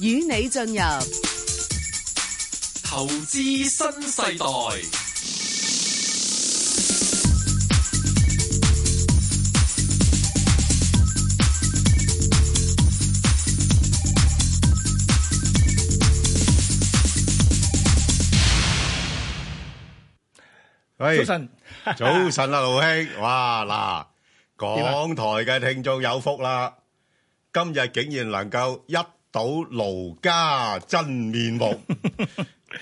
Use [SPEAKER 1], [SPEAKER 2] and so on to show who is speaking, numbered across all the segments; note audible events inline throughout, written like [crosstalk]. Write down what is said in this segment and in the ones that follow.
[SPEAKER 1] 與你進入
[SPEAKER 2] 投資新世代。
[SPEAKER 3] 喂，啊
[SPEAKER 4] 早晨， [laughs] 啊 [laughs]
[SPEAKER 3] 早晨啊，盧兄。哇，嗱，港台嘅聽眾有福啦。今日竟然能夠一睹盧家真面目。
[SPEAKER 4] 唔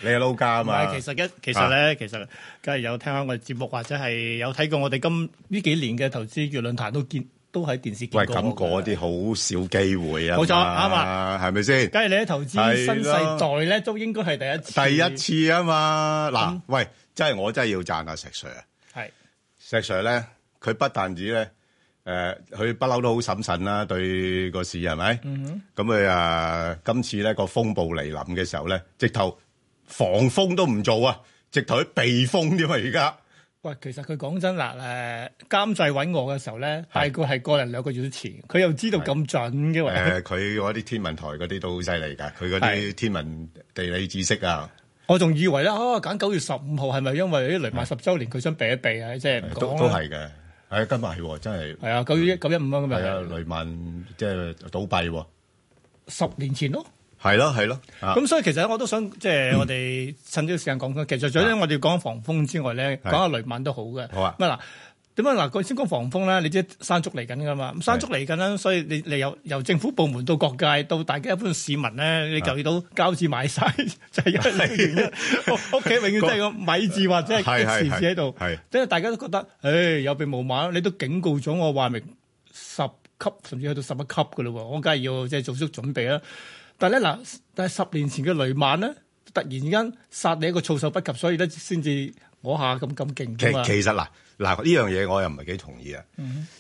[SPEAKER 3] 你係撈家啊嘛。
[SPEAKER 4] 係，其實一其實咧，其實梗係有聽下我哋節目，或者係有睇過我哋今呢幾年嘅投資月論壇都見，都喺電視見過。
[SPEAKER 3] 喂，咁嗰啲好少機會啊嘛，
[SPEAKER 4] 冇錯，啱啊。
[SPEAKER 3] 係咪先？
[SPEAKER 4] 梗係你喺投資新世代咧，都應該係第一次。
[SPEAKER 3] 第一次啊嘛。嗱，
[SPEAKER 4] 咁。
[SPEAKER 3] 喂，真係我真係要讚下石Sir啊。
[SPEAKER 4] 係
[SPEAKER 3] 石 Sir 咧，佢不但止咧，誒、佢不嬲都好審慎啦，對個市係咪？咁佢啊，今次咧個風暴嚟臨嘅時候咧，直頭防風都唔做啊，直頭去避風添啊！而家
[SPEAKER 4] 喂，其實佢講真嗱，誒監製揾我嘅時候咧，大概係個零兩個月之前，佢又知道咁準嘅 [laughs] 喂。
[SPEAKER 3] 誒，佢嗰啲天文台嗰啲都好犀利㗎，佢嗰啲
[SPEAKER 4] 係
[SPEAKER 3] 天文地理知識啊，
[SPEAKER 4] 我仲以為咧，啊揀九月十五號係咪因為啲雷曼十週年佢想避一避啊？即係唔
[SPEAKER 3] 誒
[SPEAKER 4] 講
[SPEAKER 3] 都
[SPEAKER 4] 啦
[SPEAKER 3] 都係嘅。係今日係喎，真係
[SPEAKER 4] 係啊，九月一九一五啊咁
[SPEAKER 3] 係啊，
[SPEAKER 4] 啊，
[SPEAKER 3] 雷曼即係倒閉喎，
[SPEAKER 4] 十年前咯。
[SPEAKER 3] 係咯係咯，啊嗯
[SPEAKER 4] 咁所以其實我都想即係我哋趁呢個時間講講，其實除咗我哋講防風之外咧，
[SPEAKER 3] 啊係
[SPEAKER 4] 講下雷曼都好嘅。
[SPEAKER 3] 好啊
[SPEAKER 4] 咁嗱，點解嗱？佢先講防風咧，你知山竹嚟緊噶嘛？咁山竹嚟緊啦，所以你你由由政府部門到各界到大家一般市民
[SPEAKER 3] 啊
[SPEAKER 4] 咧，你留意到膠紙買晒， [laughs] 就係因為呢個原因。屋屋企永遠都係個米字或者係
[SPEAKER 3] [laughs] 係係
[SPEAKER 4] 益字字喺度，
[SPEAKER 3] 係
[SPEAKER 4] 即係大家都覺得，誒有備無患，你都警告咗我話明十級甚至去到十一級嘅咯喎，我梗係要即係做足準備啦。但係咧嗱，但係十年前嘅雷曼咧，突然間殺你一個措手不及，所以咧先至我下咁咁啊嗯勁
[SPEAKER 3] 其
[SPEAKER 4] 㗎嘛。
[SPEAKER 3] 其實嗱嗱呢樣嘢我又唔係幾同意啊。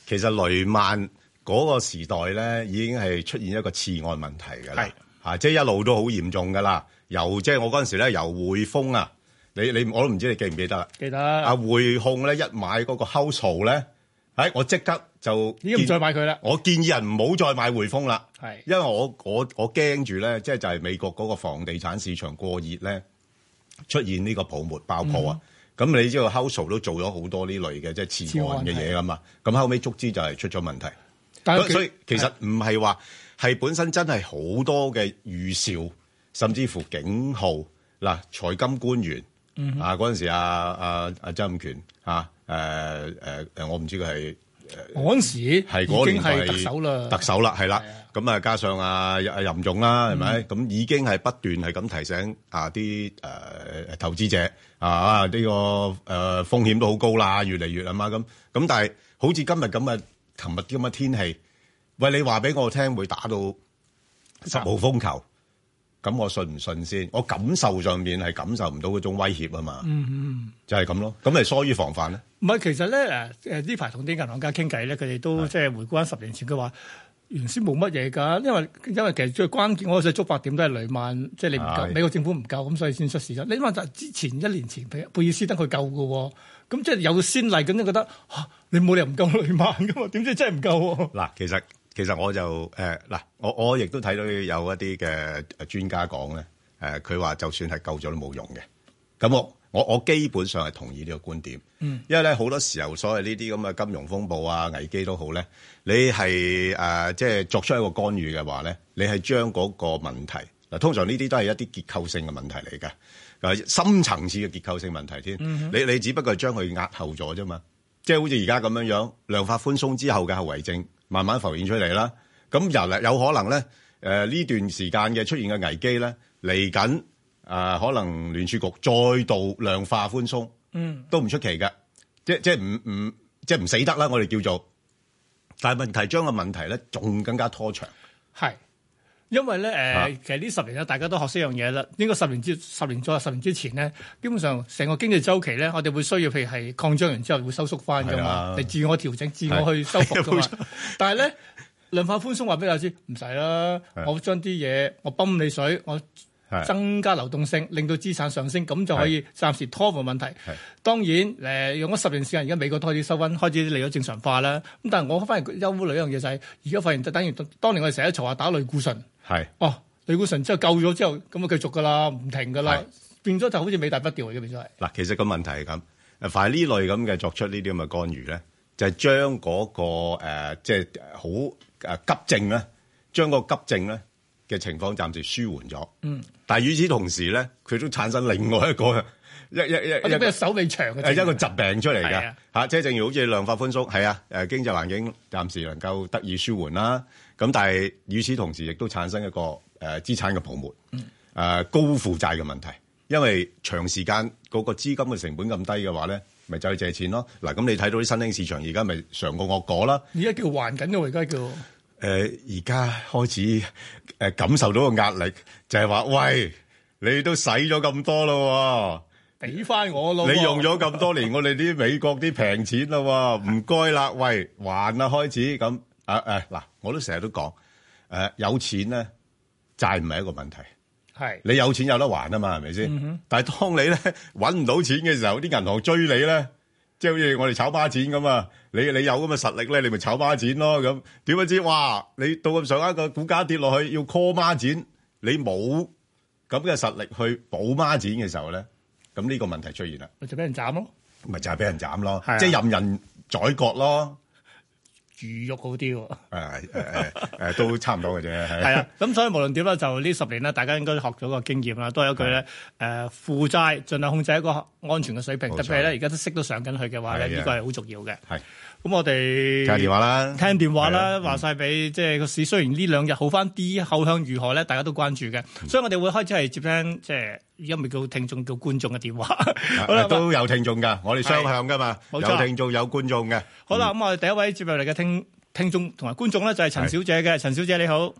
[SPEAKER 3] 其實雷曼嗰個時代咧，已經係出現一個次按問題㗎啦
[SPEAKER 4] 係，
[SPEAKER 3] 嚇，即係一路都好嚴重㗎啦。由即係我嗰陣時咧，由匯豐啊，你你我都唔知你記唔記得啦。
[SPEAKER 4] 記
[SPEAKER 3] 啊
[SPEAKER 4] 得，
[SPEAKER 3] 匯控咧一買嗰個 household 咧，喺我即刻就
[SPEAKER 4] 已經唔再買佢啦。
[SPEAKER 3] 我建議人唔好再買匯豐啦。
[SPEAKER 4] 係
[SPEAKER 3] 因為我我我驚住咧，即係就係美國嗰個房地產市場過熱咧，出現呢個泡沫爆破啊！咁、你知道 House 都做咗好多呢類嘅即係次按嘅嘢噶嘛，咁後尾足之就係出咗問題。
[SPEAKER 4] 但
[SPEAKER 3] 咁
[SPEAKER 4] 係
[SPEAKER 3] 所以
[SPEAKER 4] 啊佢
[SPEAKER 3] 其實唔係話係本身真係好多嘅預兆，甚至乎警號嗱，財金官員、啊嗰陣時啊啊啊曾蔭權啊誒誒誒，我唔知佢係。
[SPEAKER 4] 我嗰陣時
[SPEAKER 3] 係
[SPEAKER 4] 已
[SPEAKER 3] 嗰年
[SPEAKER 4] 經係特首啦，
[SPEAKER 3] 特首啦，係啦
[SPEAKER 4] 係啊。
[SPEAKER 3] 咁啊，加上啊任任總啦，係咪？咁已經係不斷係咁提醒啊啲誒投資者啊呢個誒風險都好高啦，越嚟越啊嘛咁。咁但係好似今日咁嘅，琴日咁嘅天氣，喂你話俾我聽會打到十號風球，咁我信唔信先？我感受上面係感受唔到嗰種威脅啊嘛。嗯嗯，就係咁咯。咁咪疏於防範咧。
[SPEAKER 4] 唔係，其實咧誒誒呢排同啲銀行家傾偈咧，佢哋都即係回顧翻十年前，佢話原先冇乜嘢㗎，因為因為其實最關鍵，我想觸發點都係雷曼，即係你唔
[SPEAKER 3] 係
[SPEAKER 4] 夠美國政府唔夠，咁所以先出事啫。你話就係之前一年前，譬如貝爾斯登佢夠㗎喎，咁即係有先例，咁你覺得嚇你冇理由唔夠雷曼㗎嘛？點知真係唔夠喎？
[SPEAKER 3] 嗱，其實其實我就誒嗱、我我亦都睇到有一啲嘅誒專家講咧，誒佢話就算係救咗都冇用嘅。咁我我我基本上係同意呢個觀點，嗯、因為咧好多時候所謂呢啲咁嘅金融風暴啊、危機都好咧，你係誒、呃即係作出一個干預嘅話咧，你係將嗰個問題嗱，通常呢啲都係一啲結構性嘅問題嚟嘅，呃深層次嘅結構性問題添。你你只不過係將佢壓後咗啫嘛，即係好似而家咁樣樣，量化寬鬆之後嘅後遺症慢慢浮現出嚟啦。咁人嚟有可能咧，誒、呢段時間嘅出現嘅危機咧，嚟緊誒可能聯儲局再度量化寬鬆，嗯，都唔出奇嘅，即即係唔唔即係唔死得啦，我哋叫做。但係問題將個問題咧，仲更加拖長。
[SPEAKER 4] 係。因為咧，誒、
[SPEAKER 3] 啊
[SPEAKER 4] 其實呢十年咧，大家都學識一樣嘢啦。應該十年之十年左右、十年之前咧，基本上成個經濟周期咧，我哋會需要譬如係擴張完之後會收縮翻噶
[SPEAKER 3] 係
[SPEAKER 4] 嘛
[SPEAKER 3] 啊，
[SPEAKER 4] 嚟自我調整、自我去修復噶
[SPEAKER 3] 係啊冇
[SPEAKER 4] 嘛。但係咧，量化寬鬆話俾大家知，唔使啦，
[SPEAKER 3] 係
[SPEAKER 4] 我將啲嘢我泵你水，我
[SPEAKER 3] 係
[SPEAKER 4] 增加流動性，令到資產上升，咁就可以暫時拖緩問題
[SPEAKER 3] 係。
[SPEAKER 4] 當然，誒、用咗十年時間，而家美國都開始收温，開始利率正常化啦。咁但係我反而憂慮一樣嘢就係、而家發現就等於當年我哋成日嘈話打類固醇。
[SPEAKER 3] 係
[SPEAKER 4] 哦，類固醇之後救咗之後，咁啊繼續噶啦，唔停噶啦
[SPEAKER 3] 係，
[SPEAKER 4] 變咗就好似尾大不掉嚟嘅，變咗係。
[SPEAKER 3] 嗱，其實個問題係咁，誒凡係呢類咁嘅作出呢啲咁嘅干預咧，就係將嗰個誒即係好誒急症咧，將個急症咧嘅情況暫時舒緩咗。嗯，但係與此同時咧，佢都產生另外一個一一
[SPEAKER 4] 我
[SPEAKER 3] 一
[SPEAKER 4] 哋
[SPEAKER 3] 一個
[SPEAKER 4] 咩手尾長嘅
[SPEAKER 3] 誒
[SPEAKER 4] 症，
[SPEAKER 3] 一個疾病出嚟
[SPEAKER 4] 係
[SPEAKER 3] 嘅
[SPEAKER 4] 啊
[SPEAKER 3] 嚇，即係正如好似量化寬鬆，係啊誒經濟環境暫時能夠得以舒緩啦。咁但係與此同時，亦都產生一個誒資產嘅泡沫，
[SPEAKER 4] 嗯
[SPEAKER 3] 誒高負債嘅問題，因為長時間嗰個資金嘅成本咁低嘅話咧，咪走去借錢咯。嗱，咁你睇到啲新興市場而家咪嘗過惡果啦。
[SPEAKER 4] 而家叫還緊嘅喎，而家叫。
[SPEAKER 3] 誒而家開始誒、呃感受到個壓力，就係、話喂，你都使咗咁多咯喎。
[SPEAKER 4] 俾翻我咯喎，
[SPEAKER 3] 你用咗咁多年，我哋啲美國啲平錢啦喎，唔該啦，喂，還啦開始咁，啊啊嗱，我都成日都講，誒、有錢咧債唔係一個問題，
[SPEAKER 4] 係
[SPEAKER 3] 你有錢有得還啊嘛，係咪先？但係當你咧揾唔到錢嘅時候，啲銀行追你咧，即係好似我哋炒孖展咁啊，你你有咁嘅實力咧，你咪炒孖展咯咁。點不知哇，你到咁上下個股價跌落去，要 call 孖展，你冇咁嘅實力去補孖展嘅時候咧，咁呢個問題出現啦。
[SPEAKER 4] 咪就俾人斬咯，
[SPEAKER 3] 咪就係俾人斬咯
[SPEAKER 4] 係啊，
[SPEAKER 3] 即係任人宰割咯。
[SPEAKER 4] 魚肉好啲喎。
[SPEAKER 3] 誒誒誒
[SPEAKER 4] [laughs]
[SPEAKER 3] 誒，都差唔多嘅啫。
[SPEAKER 4] 係
[SPEAKER 3] 係
[SPEAKER 4] 啊，咁所以無論點啦，就呢十年啦，大家應該學咗個經驗啦，都有一句咧，誒、負債盡量控制一個安全嘅水平，
[SPEAKER 3] 冇錯
[SPEAKER 4] 特別係咧而家都息都上緊去嘅話咧，
[SPEAKER 3] 係啊
[SPEAKER 4] 呢個係好重要嘅。
[SPEAKER 3] 係
[SPEAKER 4] 咁我哋
[SPEAKER 3] 聽下電話啦。
[SPEAKER 4] 聽電話
[SPEAKER 3] 係
[SPEAKER 4] 啦，
[SPEAKER 3] 啊
[SPEAKER 4] 話晒俾即係個市，雖然呢兩日好翻啲，後向如何咧，大家都關注嘅，
[SPEAKER 3] 嗯
[SPEAKER 4] 所以我哋會開始係接聽即係而家咪叫聽眾叫觀眾嘅電話。好啦，
[SPEAKER 3] 啊
[SPEAKER 4] 啊
[SPEAKER 3] 都嗯有聽眾㗎，我哋雙向㗎嘛，
[SPEAKER 4] 冇
[SPEAKER 3] 有
[SPEAKER 4] 錯
[SPEAKER 3] 聽眾有觀眾嘅。
[SPEAKER 4] 好啦，咁我哋第一位接入嚟嘅聽聽眾同埋觀眾咧，就係陳小姐嘅，陳小姐你好，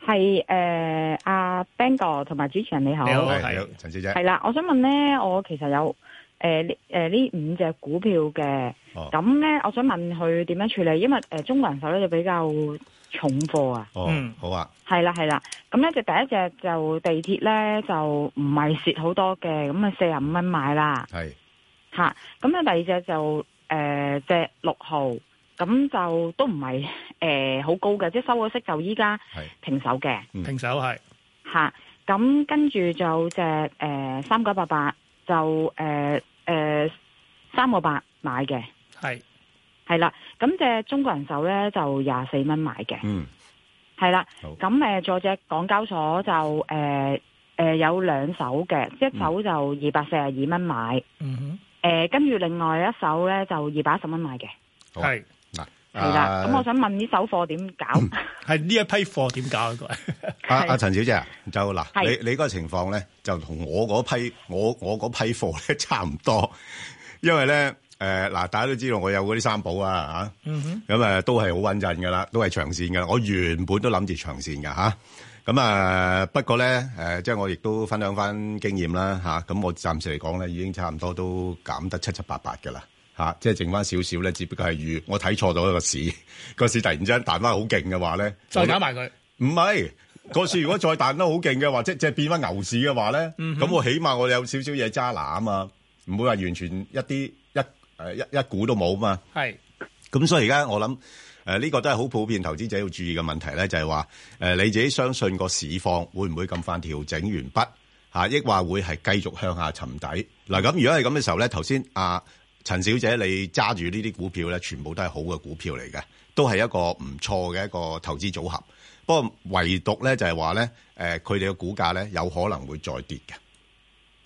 [SPEAKER 1] 係誒阿 Bang 哥同埋主持人你好，
[SPEAKER 4] 你好
[SPEAKER 3] 係，
[SPEAKER 4] 係
[SPEAKER 3] 係嗯陳小姐
[SPEAKER 1] 係。啦，我想問咧，我其實有誒呢誒呢五隻股票嘅，
[SPEAKER 3] 哦
[SPEAKER 1] 咁咧、我想問佢點樣處理，因為誒、呃中國人手咧就比較重貨啊，
[SPEAKER 3] 哦
[SPEAKER 4] 嗯，
[SPEAKER 3] 好啊。
[SPEAKER 1] 係啦係啦，咁咧就第一隻就地鐵咧就唔係蝕好多嘅，咁啊四十五蚊買啦
[SPEAKER 3] 係
[SPEAKER 1] 吓，咁咧第二隻就誒隻六號，咁就都唔係誒好高嘅，即係收咗息就依家
[SPEAKER 3] 係
[SPEAKER 1] 平手嘅。
[SPEAKER 3] 嗯
[SPEAKER 4] 平手係
[SPEAKER 1] 吓，咁跟住就隻誒三九八八就誒誒三個八買嘅，
[SPEAKER 4] 係
[SPEAKER 1] 係啦。咁隻中國人壽咧就廿四蚊買嘅，
[SPEAKER 3] 嗯
[SPEAKER 1] 係啦。
[SPEAKER 3] 好
[SPEAKER 1] 咁誒仲有隻港交所就誒誒、呃有兩手嘅，
[SPEAKER 3] 嗯
[SPEAKER 1] 一手就二百四十二蚊買，
[SPEAKER 4] 嗯哼
[SPEAKER 1] 誒跟住另外一手咧就二百一十蚊買嘅，
[SPEAKER 3] 好啊
[SPEAKER 4] 係。
[SPEAKER 3] 嗱，
[SPEAKER 1] 係啦。咁、我
[SPEAKER 3] 啊
[SPEAKER 1] 想問呢手貨點
[SPEAKER 3] [laughs]
[SPEAKER 1] 搞？
[SPEAKER 4] 係呢一批貨點搞啊？各位
[SPEAKER 3] 阿阿陳小姐啊就嗱，
[SPEAKER 1] 係
[SPEAKER 3] 你你嗰個情況咧，就同我嗰批我我嗰批貨咧差唔多，因為咧誒嗱，大家都知道我有嗰啲三寶啊嚇，
[SPEAKER 4] 嗯
[SPEAKER 3] 咁啊都係好穩陣噶啦，都係長線噶啦。我原本都諗住長線噶嚇，咁啊不過咧誒，即係我亦都分享翻經驗啦嚇，咁我暫時嚟講咧已經差唔多都減得七七八八噶啦。嚇，即係剩翻少少咧，只不過係預我睇錯咗個市， [laughs] 個市突然之間彈翻好勁嘅話咧，
[SPEAKER 4] [laughs] 再啊
[SPEAKER 3] 我都
[SPEAKER 4] 搞埋佢，
[SPEAKER 3] 唔係，個市如果再彈得好勁嘅話，即即係變翻牛市嘅話咧，咁、我起碼我哋有少少嘢揸拿啊嘛，唔會話完全一啲一誒一一股都冇啊嘛。
[SPEAKER 4] 係
[SPEAKER 3] 咁所以而家我諗誒呢個都係好普遍投資者要注意嘅問題咧，就係話呃誒你自己相信個市況會唔會咁快調整完畢嚇，抑或會係繼續向下沉底嗱？咁如果係咁嘅時候咧，頭先阿陳小姐你揸住呢啲股票咧，全部都係好嘅股票嚟嘅，都係一個唔錯嘅一個投資組合。不過唯獨咧就係話咧誒，佢哋嘅股價咧有可能會再跌嘅。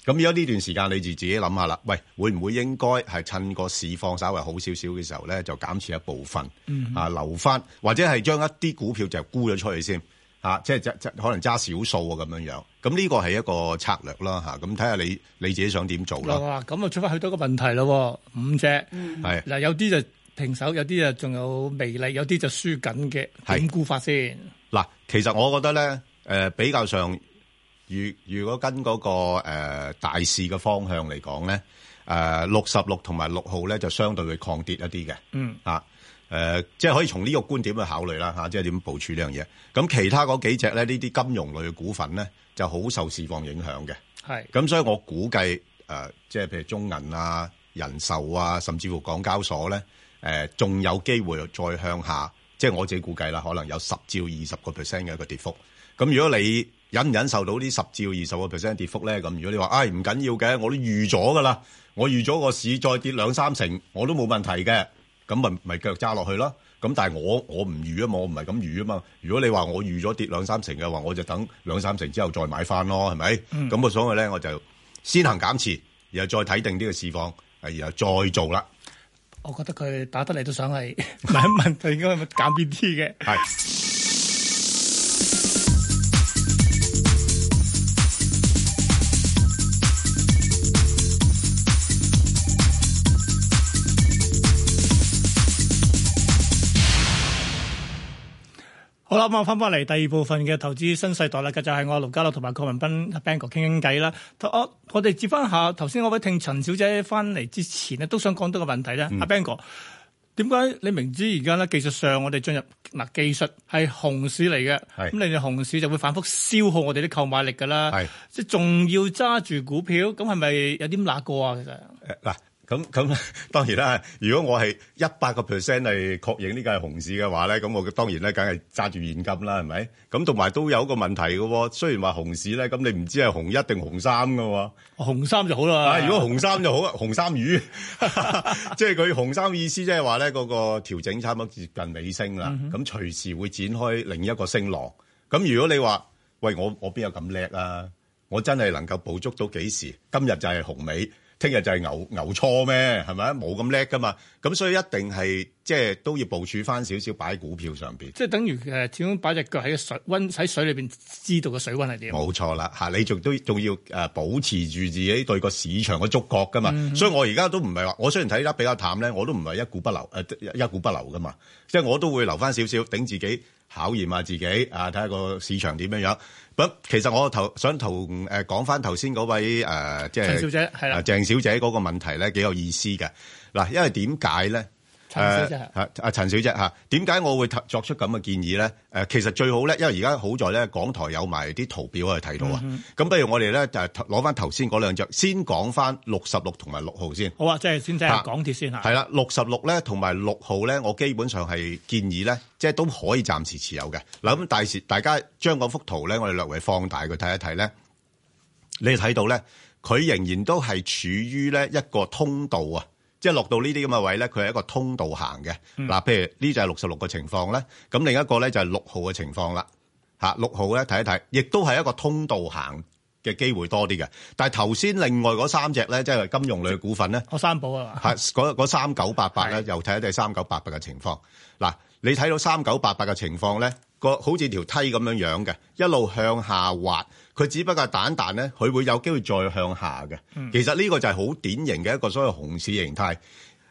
[SPEAKER 3] 咁而家呢段時間，你就自己諗下啦。喂，會唔會應該係趁個市況稍微好少少嘅時候咧，就減持一部分、啊，留翻或者係將一啲股票就沽咗出去先啊，即係即即可能揸少數啊咁樣樣。咁呢個係一個策略啦嚇。咁睇下你你自己想點做啦。
[SPEAKER 4] 哇！咁啊，出翻去多個問題咯喎，五隻
[SPEAKER 3] 係
[SPEAKER 4] 嗱，有啲就平手，有啲就仲有微利，有啲就輸緊嘅，
[SPEAKER 3] 係
[SPEAKER 4] 點估法先？
[SPEAKER 3] 嗱，其實我覺得咧，誒、比較上，如如果跟嗰、個、呃、大市嘅方向嚟講咧，誒六十六同埋六號咧就相對會抗跌一啲嘅，
[SPEAKER 4] 嗯
[SPEAKER 3] 啊，誒、即係可以從呢個觀點去考慮啦嚇、即係點部署呢樣嘢。咁其他嗰幾隻咧，呢啲金融類嘅股份咧，就好受市況影響嘅。
[SPEAKER 4] 係
[SPEAKER 3] 咁所以我估計誒、呃即係譬如中銀啊、人壽啊，甚至乎港交所咧，誒、仲有機會再向下。即係我自己估計啦，可能有十至二十個 percent 嘅一個跌幅。咁如果你忍唔忍受到呢十至二十個 percent 跌幅咧？咁如果你話唉唔緊要嘅，我都預咗噶啦，我預咗個市再跌兩三成，我都冇問題嘅，咁咪咪腳揸落去咯。咁但係我我唔預啊嘛，我唔係咁預啊嘛。如果你話我預咗跌兩三成嘅話，我就等兩三成之後再買翻咯，係咪？咁我、所謂咧，我就先行減持，然後再睇定呢個市況，然後再做啦。
[SPEAKER 4] 我覺得佢打得嚟都想 [laughs] 係問一問佢應該有冇減邊啲嘅。
[SPEAKER 3] 係。
[SPEAKER 4] 好啦，咁啊，翻返嚟第二部分嘅投資新世代啦，繼續係我盧家樂同埋郭文斌 b a n g 傾傾偈啦。我我哋接翻下頭先嗰位聽陳小姐翻嚟之前咧，都想講多個問題咧。
[SPEAKER 3] 嗯
[SPEAKER 4] 阿 b a n g 點解你明知而家咧技術上我哋進入嗱技術係熊市嚟嘅，
[SPEAKER 3] 係
[SPEAKER 4] 咁你哋熊市就會反覆消耗我哋啲購買力㗎啦
[SPEAKER 3] 係，
[SPEAKER 4] 即係仲要揸住股票，咁係咪有啲辣過啊？其實？
[SPEAKER 3] 嗱，咁咁當然啦。如果我係一百個 percent 係確認呢個係熊市嘅話咧，咁我當然咧，梗係揸住現金啦，係咪？咁同埋都有一個問題嘅喎。雖然話熊市咧，咁你唔知係熊一定熊三嘅喎。
[SPEAKER 4] 紅衫就好啦。
[SPEAKER 3] 啊，如果紅衫就好，紅衫魚， [laughs] 即係佢紅衫意思即係話咧，嗰個調整差唔多接近尾聲啦，咁隨時會展開另一個升浪。咁如果你話，喂，我我邊有咁叻啊？我真係能夠捕捉到幾時？今日就係紅尾，聽日就係牛牛初咩？係咪冇咁叻噶嘛？咁所以一定係即係都要部署翻少少擺喺股票上邊。
[SPEAKER 4] 即係等於誒，始終擺只腳喺個水温喺水裏邊，知道個水温係點。
[SPEAKER 3] 冇錯啦，嚇你仲都仲要誒保持住自己對個市場嘅觸覺噶嘛，
[SPEAKER 4] 嗯
[SPEAKER 3] 所以我而家都唔係話，我雖然睇得比較淡咧，我都唔係一股不留誒、一一股不留噶嘛，即係我都會留翻少少頂自己考驗下自己啊，睇下個市場點樣樣。咁其實我頭想同誒講翻頭先嗰位誒、即係
[SPEAKER 4] 陳小姐係啦
[SPEAKER 3] 啊鄭小姐嗰個問題咧幾有意思嘅嗱，因為點解咧？
[SPEAKER 4] 陳小姐係
[SPEAKER 3] 誒啊啊陳小姐嚇，點解我會提作出咁嘅建議咧？誒，其實最好咧，因為而家好在咧，港台有埋啲圖表可以睇到
[SPEAKER 4] 嗯
[SPEAKER 3] 啊。咁不如我哋咧就係攞翻頭先嗰兩隻，先講翻六十六同埋六號先。
[SPEAKER 4] 好啊，即係先睇下港鐵先嚇。啊
[SPEAKER 3] 係啦，六十六咧同埋六號咧，我基本上係建議咧，即係都可以暫時持有嘅。嗱，咁大時大家將嗰幅圖咧，我哋略為放大佢睇一睇咧，你睇到咧，佢仍然都係處於咧一個通道啊，即係落到呢啲咁嘅位咧，佢係一個通道行嘅。嗱、譬如呢就係六十六個情況咧，咁另一個咧就係六號嘅情況啦。嚇六號咧睇一睇，亦都係一個通道行嘅機會多啲嘅。但係頭先另外嗰三隻咧，即係金融類嘅股份咧。
[SPEAKER 4] 我三寶啊嘛。
[SPEAKER 3] 係嗰嗰三九八八咧
[SPEAKER 4] 係，
[SPEAKER 3] 又睇一睇三九八八嘅情況。嗱，你睇到三九八八嘅情況咧，個好似條梯咁樣樣嘅，一路向下滑。佢只不過係蛋蛋咧，佢會有機會再向下嘅。其實呢個就係好典型嘅一個所謂熊市形態。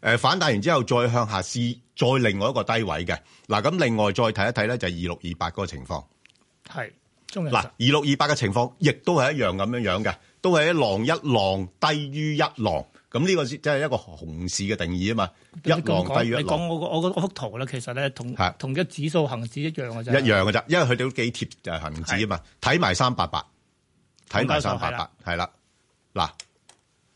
[SPEAKER 3] 誒、反彈完之後再向下試，再另外一個低位嘅。嗱，咁另外再睇一睇咧，就係二六二八嗰個情況。
[SPEAKER 4] 係中人
[SPEAKER 3] 嗱，二六二八嘅情況亦都係一樣咁樣樣嘅，都係一浪一浪低於一浪。咁呢個先即係一個熊市嘅定義啊嘛，一浪低於一
[SPEAKER 4] 你講
[SPEAKER 3] 浪
[SPEAKER 4] 我個我個我幅圖咧，其實咧同
[SPEAKER 3] 係
[SPEAKER 4] 同一指數行指一樣嘅
[SPEAKER 3] 一
[SPEAKER 4] 啫。
[SPEAKER 3] 樣嘅咋，因為佢哋都幾貼就係恆指啊嘛。睇埋三八八，睇埋三八八，係啦，嗱。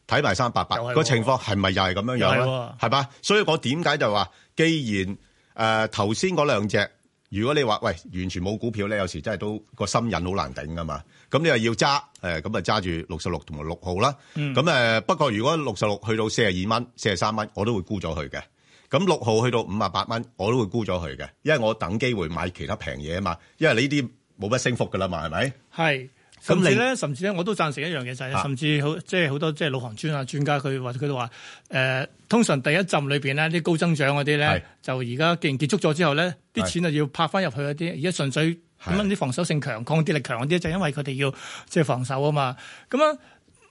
[SPEAKER 3] 睇埋三八八
[SPEAKER 4] 又係喎
[SPEAKER 3] 個情況係咪又係咁樣樣
[SPEAKER 4] 又係
[SPEAKER 3] 咧
[SPEAKER 4] 喎？
[SPEAKER 3] 係嘛？所以我點解就話，既然誒呃頭先嗰兩隻，如果你話喂完全冇股票咧，有時真係都個心癮好難頂噶嘛。咁你又要揸誒，咁啊揸住六十六同埋六號啦。
[SPEAKER 4] 嗯
[SPEAKER 3] 咁誒、不過如果六十六去到四十二蚊、四十三蚊，我都會沽咗佢嘅。咁六號去到五啊八蚊，我都會沽咗佢嘅，因為我等機會買其他平嘢啊嘛。因為呢啲冇乜升幅噶啦嘛，係咪？
[SPEAKER 4] 係。
[SPEAKER 3] 咁
[SPEAKER 4] 甚
[SPEAKER 3] 你
[SPEAKER 4] 至咧，甚至咧，我都贊成一樣嘢就係、
[SPEAKER 3] 啊
[SPEAKER 4] 甚至好即係好多即係老行專啊專家佢或者佢都話誒，通常第一陣裏邊咧啲高增長嗰啲
[SPEAKER 3] 係
[SPEAKER 4] 咧，就而家既然結束咗之後咧，啲
[SPEAKER 3] 係
[SPEAKER 4] 錢就要拍翻入去嗰啲，而家純粹
[SPEAKER 3] 係
[SPEAKER 4] 點解啲防守性強、抗跌力強嗰啲，就因為佢哋要即係防守啊嘛。咁啊，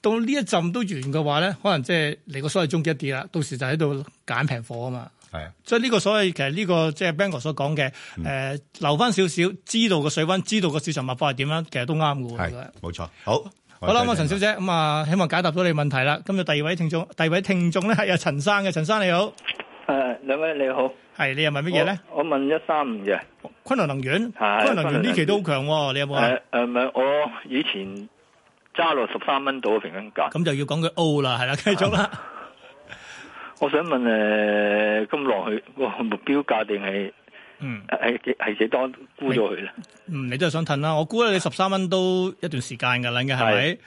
[SPEAKER 4] 到呢一陣都完嘅話咧，可能即係嚟個所謂終結一啲啦，到時就喺度揀平貨啊嘛。
[SPEAKER 3] 係啊。
[SPEAKER 4] 所以呢個所謂其實呢個即係 Bang 哥所講嘅，誒、
[SPEAKER 3] 嗯
[SPEAKER 4] 留翻少少，知道個水温，知道個市場脈搏係點樣，其實都啱嘅
[SPEAKER 3] 係
[SPEAKER 4] 喎。
[SPEAKER 3] 冇錯。好，
[SPEAKER 4] 好啦，咁啊，
[SPEAKER 3] 我
[SPEAKER 4] 陳小姐，咁啊，希望解答到你問題啦。今日第二位聽眾，第二位聽眾咧係阿陳生嘅，陳生你好，
[SPEAKER 5] 誒，呃兩位你好，
[SPEAKER 4] 係你又問乜嘢咧？
[SPEAKER 5] 我？我問一三五嘅，
[SPEAKER 4] 昆侖能源，
[SPEAKER 5] 係
[SPEAKER 4] 昆侖能源呢期都好強喎，你有冇啊？
[SPEAKER 5] 誒呃誒，唔係我以前揸落十三蚊度嘅平均價，
[SPEAKER 4] 咁就要講佢 O 啦，係啦，繼續啦。
[SPEAKER 5] 呃我想問誒，咁落去個目標價定係呃
[SPEAKER 4] 嗯
[SPEAKER 5] 係幾係幾多沽咗佢咧？
[SPEAKER 4] 嗯，你都係想褪啦。我估咧你十三蚊都一段時間㗎啦，應該係咪
[SPEAKER 5] 係？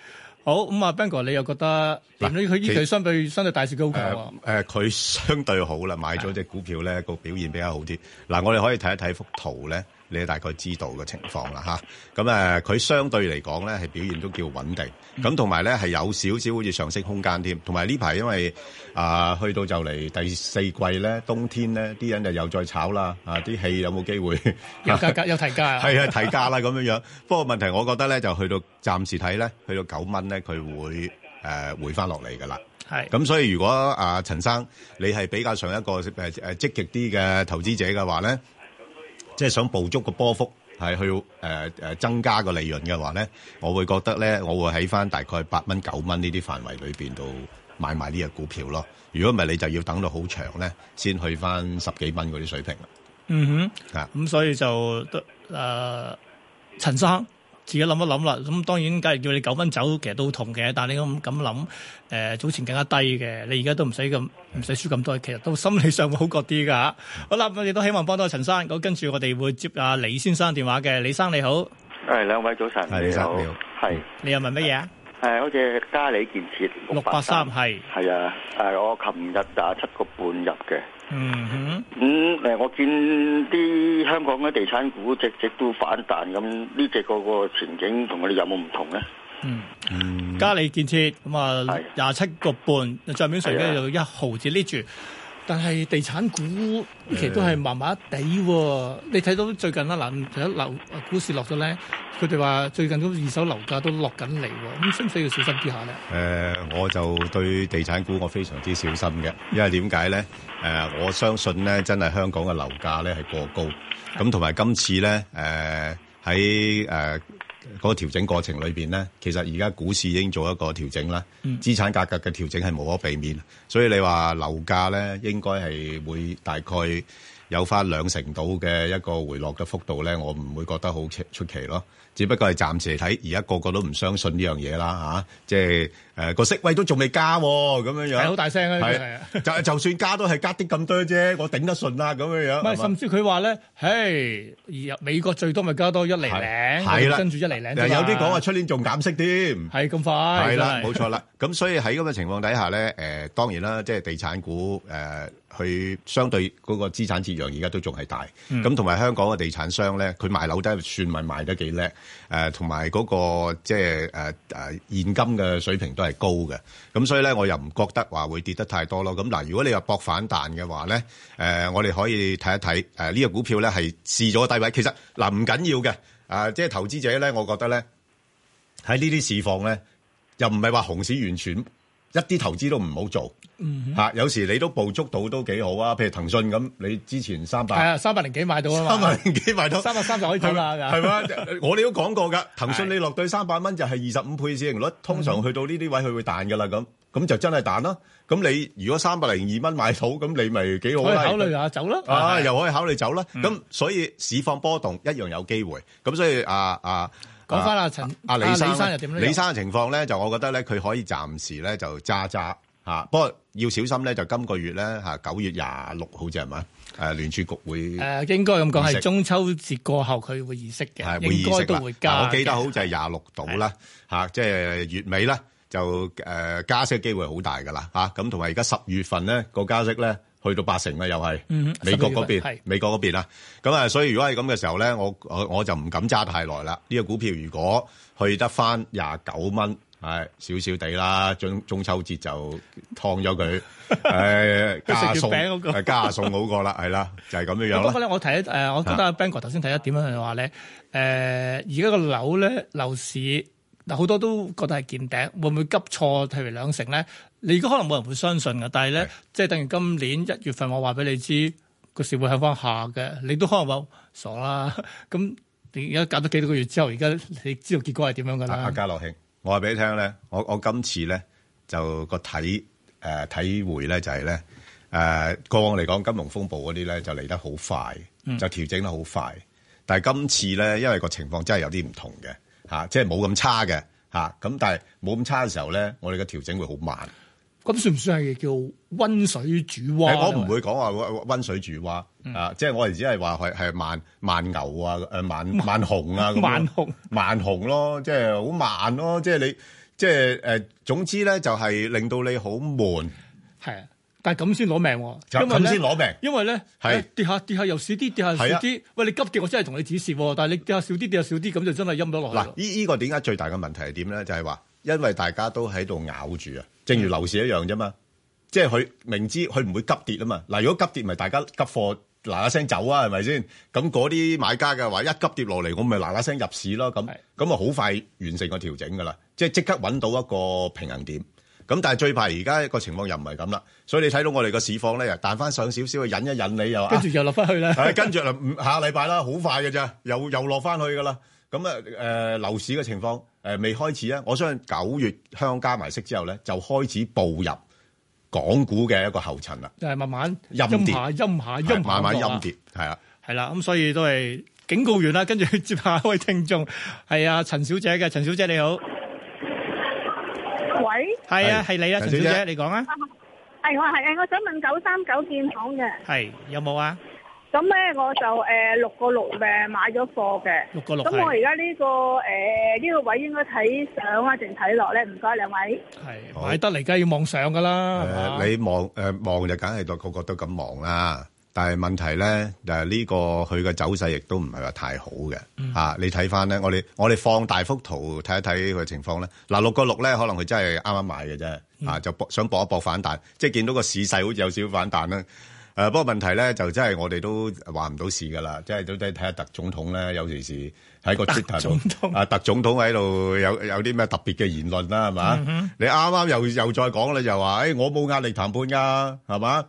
[SPEAKER 4] 好咁啊 b a n g o 你又覺得
[SPEAKER 3] 嗱
[SPEAKER 4] 嗱，佢依
[SPEAKER 3] 其
[SPEAKER 4] 期相對相對大市佢好啊強
[SPEAKER 3] 誒
[SPEAKER 4] 喎。
[SPEAKER 3] 呃誒，佢相對好啦，買咗只股票咧個表現比較好啲。嗱，我哋可以睇一睇幅圖咧，你大概知道嘅情況啦吓，咁誒，佢相對嚟講咧係表現都叫穩定，
[SPEAKER 4] 嗯
[SPEAKER 3] 咁同埋咧係有少少好似上升空間添。同埋呢排因為啊去到就嚟第四季咧，冬天咧啲人就又再炒啦，啊啲氣有冇機會？
[SPEAKER 4] 有價格有提價
[SPEAKER 3] [laughs]
[SPEAKER 4] 啊，
[SPEAKER 3] 係啊，提價啦咁樣樣。不過問題，我覺得咧就去到暫時睇咧，去到九蚊咧，佢會誒、呃回翻落嚟㗎啦。
[SPEAKER 4] 係
[SPEAKER 3] 咁所以如果啊陳生你係比較上一個誒誒積極啲嘅投資者嘅話咧，即係想捕捉個波幅係去誒誒、呃增加個利潤嘅話咧，我會覺得咧，我會喺翻大概八蚊九蚊呢啲範圍裏邊度買埋呢只股票咯。如果唔係，你就要等到好長咧，先去翻十幾蚊嗰啲水平啦。
[SPEAKER 4] 嗯
[SPEAKER 3] 啊
[SPEAKER 4] 哼，咁所以就得誒陳生自己諗一諗啦。咁當然，假如叫你九蚊走，其實都痛嘅。但係你咁咁諗，誒、呃早前更加低嘅，你而家都唔使咁唔使輸咁多，其實都心理上會好過啲㗎嚇。好啦，我哋都希望幫到陳生。咁跟住我哋會接阿李先生電話嘅。李生你好，
[SPEAKER 6] 誒兩位早晨，
[SPEAKER 3] 係李生你好
[SPEAKER 6] 係
[SPEAKER 4] 你又問乜嘢啊？
[SPEAKER 6] 誒好似嘉里建設
[SPEAKER 4] 六八三，係，
[SPEAKER 6] 係啊誒我琴日啊七個半入嘅，
[SPEAKER 4] 嗯哼，
[SPEAKER 6] 咁、誒我見啲香港嘅地產股隻隻都反彈，咁呢只個個前景同我哋有冇唔同咧？
[SPEAKER 4] 嗯。
[SPEAKER 3] 嗯
[SPEAKER 4] 嘉里建設咁啊
[SPEAKER 6] 係，
[SPEAKER 4] 廿七個半，帳面上
[SPEAKER 6] 係
[SPEAKER 4] 咧
[SPEAKER 6] 啊
[SPEAKER 4] 就一毫子呢住。但係地產股其實都係麻麻地喎，你睇到最近啦，嗱，除咗樓股市落咗咧，佢哋話最近嗰二手樓價都落緊嚟喎，咁需唔需要小心啲下咧？
[SPEAKER 3] 誒、我就對地產股我非常之小心嘅，因為點解咧？誒、我相信咧，真係香港嘅樓價咧係過高，咁同埋今次咧，誒喺誒嗰個調整過程裏邊咧，其實而家股市已經做一個調整啦，
[SPEAKER 4] 嗯
[SPEAKER 3] 資產價格嘅調整係無可避免，所以你話樓價咧應該係會大概有翻兩成到嘅一個回落嘅幅度咧，我唔會覺得好奇出奇咯。只不過係暫時嚟睇，而家個個都唔相信呢樣嘢啦吓，即係誒個息位都仲未加喎咁樣
[SPEAKER 4] 係好
[SPEAKER 3] 樣。
[SPEAKER 4] 大聲啊！呢個係
[SPEAKER 3] 係
[SPEAKER 4] 啊，
[SPEAKER 3] 就就算加都係加啲咁多啫，我頂得順啦咁樣樣。
[SPEAKER 4] 唔係
[SPEAKER 3] 係嘛
[SPEAKER 4] 甚至佢話咧，嘿，而美國最多咪加多一厘零，
[SPEAKER 3] 係啦
[SPEAKER 4] 跟住一厘零啫嘛，
[SPEAKER 3] 有啲講話出年仲減息添。
[SPEAKER 4] 係咁快，
[SPEAKER 3] 係啦，
[SPEAKER 4] 真係
[SPEAKER 3] 冇錯啦。咁所以喺咁嘅情況底下咧，誒、當然啦，即係地產股誒，呃佢、相對嗰個資產折讓而家都仲係大。
[SPEAKER 4] 嗯
[SPEAKER 3] 咁同埋香港嘅地產商咧，佢賣樓都係算係賣得幾叻。誒、同埋嗰個即係誒誒現金嘅水平都係高嘅。咁所以咧，我又唔覺得話會跌得太多咯。咁嗱，如果你話博反彈嘅話咧，誒、我哋可以睇一睇誒呢個股票咧係試咗低位。其實嗱唔緊要嘅，啊、即係投資者咧，我覺得咧。喺呢啲市況咧，又唔係話熊市完全一啲投資都唔好做
[SPEAKER 4] 嗯
[SPEAKER 3] 嚇、有時你都捕捉到都幾好啊，譬如騰訊咁，你之前三
[SPEAKER 4] 係
[SPEAKER 3] 百
[SPEAKER 4] 啊，三百零幾買到啊嘛，
[SPEAKER 3] 三百零幾買到，
[SPEAKER 4] 三百三十可以走
[SPEAKER 3] 係
[SPEAKER 4] 啦，啊
[SPEAKER 3] 嘛係嘛？我哋都講
[SPEAKER 4] [laughs]
[SPEAKER 3] 過㗎，騰訊你落對三百蚊就係二十五倍市盈率，通常去到呢啲位佢會彈㗎啦，咁咁就真係彈啦。咁你如果三百零二蚊買到，咁你咪幾好
[SPEAKER 4] 可以
[SPEAKER 3] 啦。
[SPEAKER 4] 考慮嗯下走啦。
[SPEAKER 3] 啊，又可以考慮走啦。咁所以市況波動一樣有機會。咁所以啊啊，
[SPEAKER 4] 講翻阿陳
[SPEAKER 3] 阿啊李
[SPEAKER 4] 阿
[SPEAKER 3] 生
[SPEAKER 4] 啊李生
[SPEAKER 3] 呢
[SPEAKER 4] 又點咧？
[SPEAKER 3] 李生嘅情況咧，就我覺得咧，佢可以暫時咧就揸揸嚇，不過要小心咧，就今個月咧嚇九月廿六好似係咪？誒聯儲局會。
[SPEAKER 4] 誒應該咁講
[SPEAKER 3] 議息
[SPEAKER 4] 係中秋節過後佢會議息嘅，
[SPEAKER 3] 係會意
[SPEAKER 4] 應
[SPEAKER 3] 識
[SPEAKER 4] 該都
[SPEAKER 3] 啦。
[SPEAKER 4] 會加
[SPEAKER 3] 嗱
[SPEAKER 4] 嘅。
[SPEAKER 3] 我記得好就係廿六度啦，嚇，即係月尾啦，就誒加息嘅機會好大㗎啦，嚇。咁同埋而家十月份咧個加息咧去到八成啦，又係
[SPEAKER 4] 嗯
[SPEAKER 3] 美國嗰
[SPEAKER 4] 10月份
[SPEAKER 3] 邊
[SPEAKER 4] 係，
[SPEAKER 3] 美國嗰邊啦。咁啊，所以如果係咁嘅時候咧，我我我就唔敢揸太耐啦。呢個股票如果去得翻廿九蚊。係少少地啦，中中秋節就劏咗佢，
[SPEAKER 4] [laughs]
[SPEAKER 3] 誒加
[SPEAKER 4] 食月餅
[SPEAKER 3] 餸，
[SPEAKER 4] 嗰個
[SPEAKER 3] 誒加餸好過啦，係啦，就係咁樣樣
[SPEAKER 4] 不
[SPEAKER 3] 啦啊
[SPEAKER 4] 過。咧，我睇誒、我覺得阿 Ben 哥頭先睇一點樣話咧，誒而家個樓咧樓市嗱好多都覺得係見頂，會唔會急挫譬如兩成咧？你而家可能冇人會相信嘅，但係咧
[SPEAKER 3] 係
[SPEAKER 4] 即係等於今年一月份我話俾你知個市會向翻下嘅，你都可能話 [laughs] 傻啦。咁你而家隔咗幾多個月之後，而家你知道結果係點樣㗎
[SPEAKER 3] 阿阿
[SPEAKER 4] 啦？
[SPEAKER 3] 家樂兄，我話俾你聽咧，我我今次咧就個體誒體會咧就係咧誒過往嚟講金融風暴嗰啲咧就嚟得好快，
[SPEAKER 4] 嗯
[SPEAKER 3] 就調整得好快。但係今次咧，因為個情況真係有啲唔同嘅嚇、即係冇咁差嘅嚇。咁、但係冇咁差嘅時候咧，我哋嘅調整會好慢。
[SPEAKER 4] 咁算唔算係叫温水煮蛙
[SPEAKER 3] 誒
[SPEAKER 4] 呢？
[SPEAKER 3] 我唔會講話温水煮蛙
[SPEAKER 4] 嗯
[SPEAKER 3] 啊，即係我哋只係話係係慢慢牛啊，誒慢慢熊啊咁樣，
[SPEAKER 4] 慢熊
[SPEAKER 3] 慢熊咯，即係好慢咯，即係你即係誒，總之咧就係令到你好悶，
[SPEAKER 4] 係啊，但係咁先攞命喎，
[SPEAKER 3] 就
[SPEAKER 4] 因為
[SPEAKER 3] 咁
[SPEAKER 4] 呢
[SPEAKER 3] 先攞命。
[SPEAKER 4] 因為咧，
[SPEAKER 3] 係
[SPEAKER 4] 誒跌下跌下又少啲，跌下少啲。喂，你急跌我真係同你指示喎，但係你跌下少啲，跌下少啲，咁就真係陰咗落去
[SPEAKER 3] 嗱，
[SPEAKER 4] 啦。
[SPEAKER 3] 依依個點解最大嘅問題係點咧？就係話，因為大家都喺度咬住啊，正如樓市一樣啫嘛。即係佢明知佢唔會急跌啊嘛。嗱，如果急跌，咪大家急貨嗱嗱聲走啊，係咪先？咁嗰啲買家嘅話，一急跌落嚟，我咪嗱嗱聲入市咯。咁
[SPEAKER 4] 係
[SPEAKER 3] 咁啊，好快完成個調整噶啦，即係即刻揾到一個平衡點。咁但係最怕而家個情況又唔係咁啦，所以你睇到我哋個市況咧，又彈翻上少少，引一引你又啊
[SPEAKER 4] 跟住又落翻去啦。
[SPEAKER 3] 係跟住啦，唔下禮拜啦，好快嘅咋，又又落翻去噶啦。咁啊誒樓市嘅情況誒、呃未開始啊，我相信九月香港加埋息之後咧，就開始步入港股嘅一個後塵啦，
[SPEAKER 4] 就係慢慢
[SPEAKER 3] 陰
[SPEAKER 4] 陰
[SPEAKER 3] 跌
[SPEAKER 4] 下陰下
[SPEAKER 3] 係
[SPEAKER 4] 陰下
[SPEAKER 3] 慢慢
[SPEAKER 4] 落啊
[SPEAKER 3] 陰跌，係啊。
[SPEAKER 4] 係啦，咁所以都係警告完啦，跟住接下一位聽眾係啊陳小姐嘅，陳小姐你好，
[SPEAKER 7] 喂，
[SPEAKER 4] 係啊
[SPEAKER 3] 係
[SPEAKER 4] 係你啊，陳
[SPEAKER 3] 陳
[SPEAKER 4] 小
[SPEAKER 3] 小姐
[SPEAKER 4] 姐你講啊，
[SPEAKER 7] 系我系诶，我想问九三九建行嘅，
[SPEAKER 4] 係有冇啊？
[SPEAKER 7] 咁咧我就诶六個六诶買咗貨嘅，
[SPEAKER 4] 六個六
[SPEAKER 7] 咁我而
[SPEAKER 4] 係
[SPEAKER 7] 家呢個诶呢個位應該睇上啊定睇落咧？唔該兩位。
[SPEAKER 4] 係
[SPEAKER 3] 好
[SPEAKER 4] 買得嚟，梗係要望上噶
[SPEAKER 3] 誒、
[SPEAKER 4] 啦，係嘛
[SPEAKER 3] 你望誒、望就梗係個個都咁望啦，但係問題咧誒呢個佢嘅走勢亦都唔係話太好嘅嚇、啊你睇翻咧，我哋我哋放大幅圖睇一睇佢嘅情況咧。嗱、六個六咧，可能佢真係啱啱買嘅啫，啊就搏想搏一搏反彈，即係見到個市勢好似有少少反彈啦。誒、呃不過問題咧就真係我哋都話唔到事㗎啦，即係都睇下特總統咧，有時是喺個 Twitter
[SPEAKER 4] 總統
[SPEAKER 3] 度啊，特總統喺度有有啲咩特別嘅言論啦，係嘛？
[SPEAKER 4] 嗯
[SPEAKER 3] 你啱啱又又再講啦，又話誒、哎我冇壓力談判㗎，係嘛？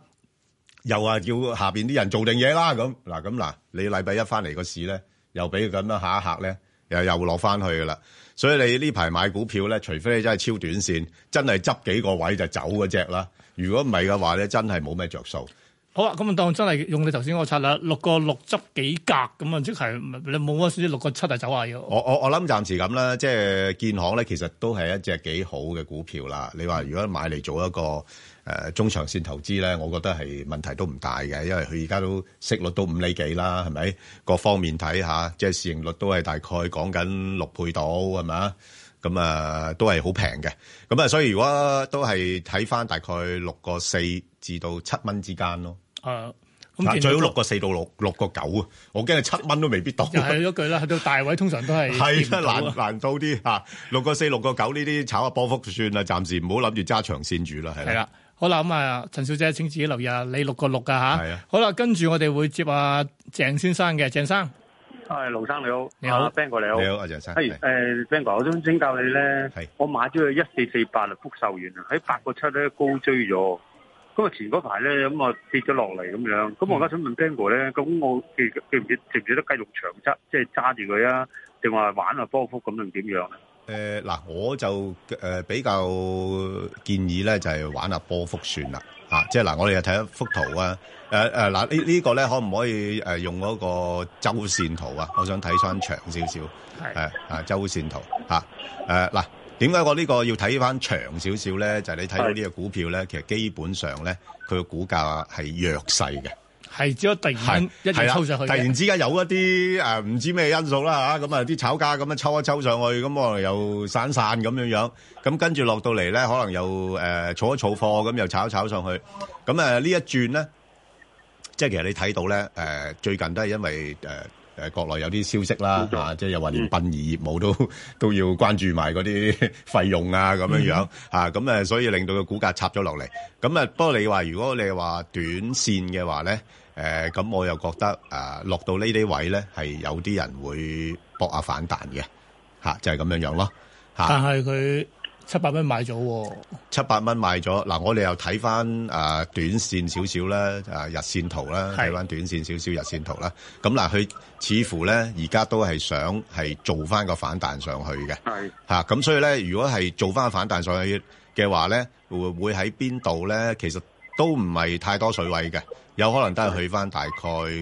[SPEAKER 3] 又話要下邊啲人做定嘢啦，咁嗱咁嗱，你禮拜一翻嚟個市咧，又俾佢咁樣下一刻咧，又又落翻去㗎啦。所以你呢排買股票咧，除非你真係超短線，真係執幾個位就走嗰只啦。如果唔係嘅話咧，真係冇咩着數。
[SPEAKER 4] 好啊，咁啊當真係用你頭先嗰個策略，六個六執幾格咁啊，即係你冇乜先六個七就走下要。
[SPEAKER 3] 我我我諗暫時咁啦，即係建行咧，其實都係一隻幾好嘅股票啦。你話如果買嚟做一個誒、呃中長線投資咧，我覺得係問題都唔大嘅，因為佢而家都息率都五厘幾啦，係咪？各方面睇下，即係市盈率都係大概講緊六倍到，係咪啊？咁啊，都係好平嘅。咁啊，所以如果都係睇翻大概六個四至到七蚊之間咯。
[SPEAKER 4] 誒，
[SPEAKER 3] 啊
[SPEAKER 4] 咁
[SPEAKER 3] 最好六個四到六六個九啊！我驚你七蚊都未必到。
[SPEAKER 4] 又係嗰句啦，去到大位通常都係
[SPEAKER 3] [laughs] 係
[SPEAKER 4] 見唔到
[SPEAKER 3] 啦，
[SPEAKER 4] 啊
[SPEAKER 3] 難難到啲嚇，六個四、六個九呢啲炒下波幅算啦，暫時唔好諗住揸長線住啦，係
[SPEAKER 4] 係
[SPEAKER 3] 啦。
[SPEAKER 4] 啦。好啦，咁啊，陳小姐請自己留意啊，你六個六噶
[SPEAKER 3] 係
[SPEAKER 4] 吓
[SPEAKER 3] 啊。
[SPEAKER 4] 好啦，跟住我哋會接啊鄭先生嘅，鄭生
[SPEAKER 8] 啊，盧生你好，
[SPEAKER 4] 你好
[SPEAKER 8] 啊，Ben 哥你好
[SPEAKER 3] 你，好，阿鄭生，
[SPEAKER 8] 係
[SPEAKER 3] 係
[SPEAKER 8] 誒 Ben 哥，我想請教你咧
[SPEAKER 3] 係，
[SPEAKER 8] 我買咗佢一四四八啦，福壽園啊，喺八個七咧高追咗，咁啊前嗰排咧咁啊跌咗落嚟咁樣，咁我而家想問 Ben 哥咧，咁我記記唔記值唔值得繼續長揸，即係揸住佢啊，定話玩下波幅咁定點樣啊咧？
[SPEAKER 3] 誒呃嗱，我就誒比較建議咧，就係玩下波幅算啦，嚇，即係嗱，我哋又睇一幅圖啊，誒誒嗱，呢呢個咧可唔可以誒用嗰個周線圖啊？我想睇翻長少少，
[SPEAKER 4] 係
[SPEAKER 3] 誒啊周線圖嚇，誒嗱。點解我呢個要睇翻長少少咧？就係、你睇到呢個股票咧，其實基本上咧，佢個股價係弱勢嘅。
[SPEAKER 4] 係只可突然
[SPEAKER 3] 係
[SPEAKER 4] 間一嘢
[SPEAKER 3] 係啦
[SPEAKER 4] 抽上去
[SPEAKER 3] 突然
[SPEAKER 4] 嘅，
[SPEAKER 3] 之間有一啲誒唔知咩因素啦嚇，咁啊啲炒家咁樣抽一抽上去，咁可能又散散咁樣樣，咁跟住落到嚟咧，可能又誒、呃、儲一儲貨，咁又炒一炒上去，咁誒呢一轉咧，即係其實你睇到咧誒、呃最近都係因為誒。呃誒國內有啲消息啦，嚇、即係又話連殯儀業務都 [laughs] 都要關注埋嗰啲費用啊，咁樣樣嚇，咁、誒，所以令到個股價插咗落嚟。咁啊，不過你話如果你話短線嘅話咧，誒、咁我又覺得啊、落到呢啲位咧係有啲人會搏下反彈嘅嚇、就係、咁樣樣咯嚇。
[SPEAKER 4] 但係佢七百蚊買咗喎，
[SPEAKER 3] 七百蚊買咗，嗱我哋又睇翻啊短線少少啦，啊日線圖啦，
[SPEAKER 4] 係
[SPEAKER 3] 睇翻短線少少日線圖啦。咁嗱，佢似乎咧而家都係想係做翻個反彈上去嘅，
[SPEAKER 8] 係
[SPEAKER 3] 嚇咁、所以咧，如果係做翻個反彈上去嘅話咧，會會喺邊度咧？其實都唔係太多水位嘅，有可能都係去翻大概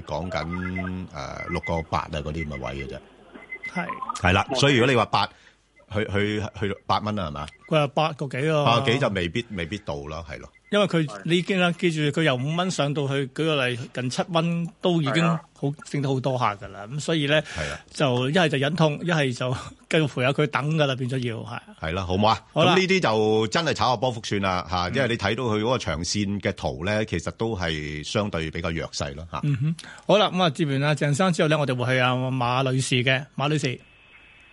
[SPEAKER 3] 講緊啊誒六個八啊嗰啲咁嘅位嘅啫。
[SPEAKER 4] 係
[SPEAKER 3] 係啦，所以如果你話八去去去到八蚊啦，係嘛？
[SPEAKER 4] 佢話八個幾啊，
[SPEAKER 3] 八個幾就未必未必到啦，係咯。
[SPEAKER 4] 因為佢你已經啦，記住佢由五蚊上到去，舉個例近七蚊都已經
[SPEAKER 8] 係啊
[SPEAKER 4] 好升到好多下㗎啦。咁所以咧
[SPEAKER 3] 係啊
[SPEAKER 4] 就一係就忍痛，一係就 [laughs] 繼續陪下佢等㗎啦，變咗要係。
[SPEAKER 3] 系啦，嗯好唔好啊？
[SPEAKER 4] 好
[SPEAKER 3] 咁
[SPEAKER 4] 啦
[SPEAKER 3] 呢啲就真係炒下波幅算啦吓，因為你睇到佢嗰個長線嘅圖咧，其實都係相對比較弱勢咯吓。
[SPEAKER 4] 嗯哼，好啦，咁啊接完阿鄭生之後咧，我哋會去阿馬女士嘅，馬女士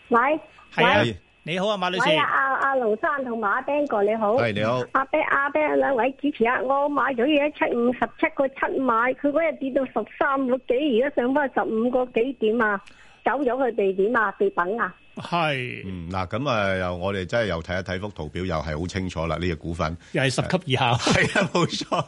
[SPEAKER 9] 喂
[SPEAKER 4] 係啊
[SPEAKER 3] 係，
[SPEAKER 4] 你好啊，馬女士
[SPEAKER 9] 喂，阿阿盧生同埋阿 Ben 哥你好。
[SPEAKER 3] 係你好，
[SPEAKER 9] 阿 Ben 阿 Ben 兩位主持啊，我買咗嘢七五十七個七買，佢嗰日跌到十三個幾，而家上翻十五個幾點啊？走咗佢哋點啊？地品啊？
[SPEAKER 4] 係
[SPEAKER 3] 嗯嗱，咁啊又我哋真係又睇一睇幅圖表，又係好清楚啦呢只股份。
[SPEAKER 4] 又係十級以
[SPEAKER 3] [laughs]
[SPEAKER 4] 下，
[SPEAKER 3] 係啊，冇錯。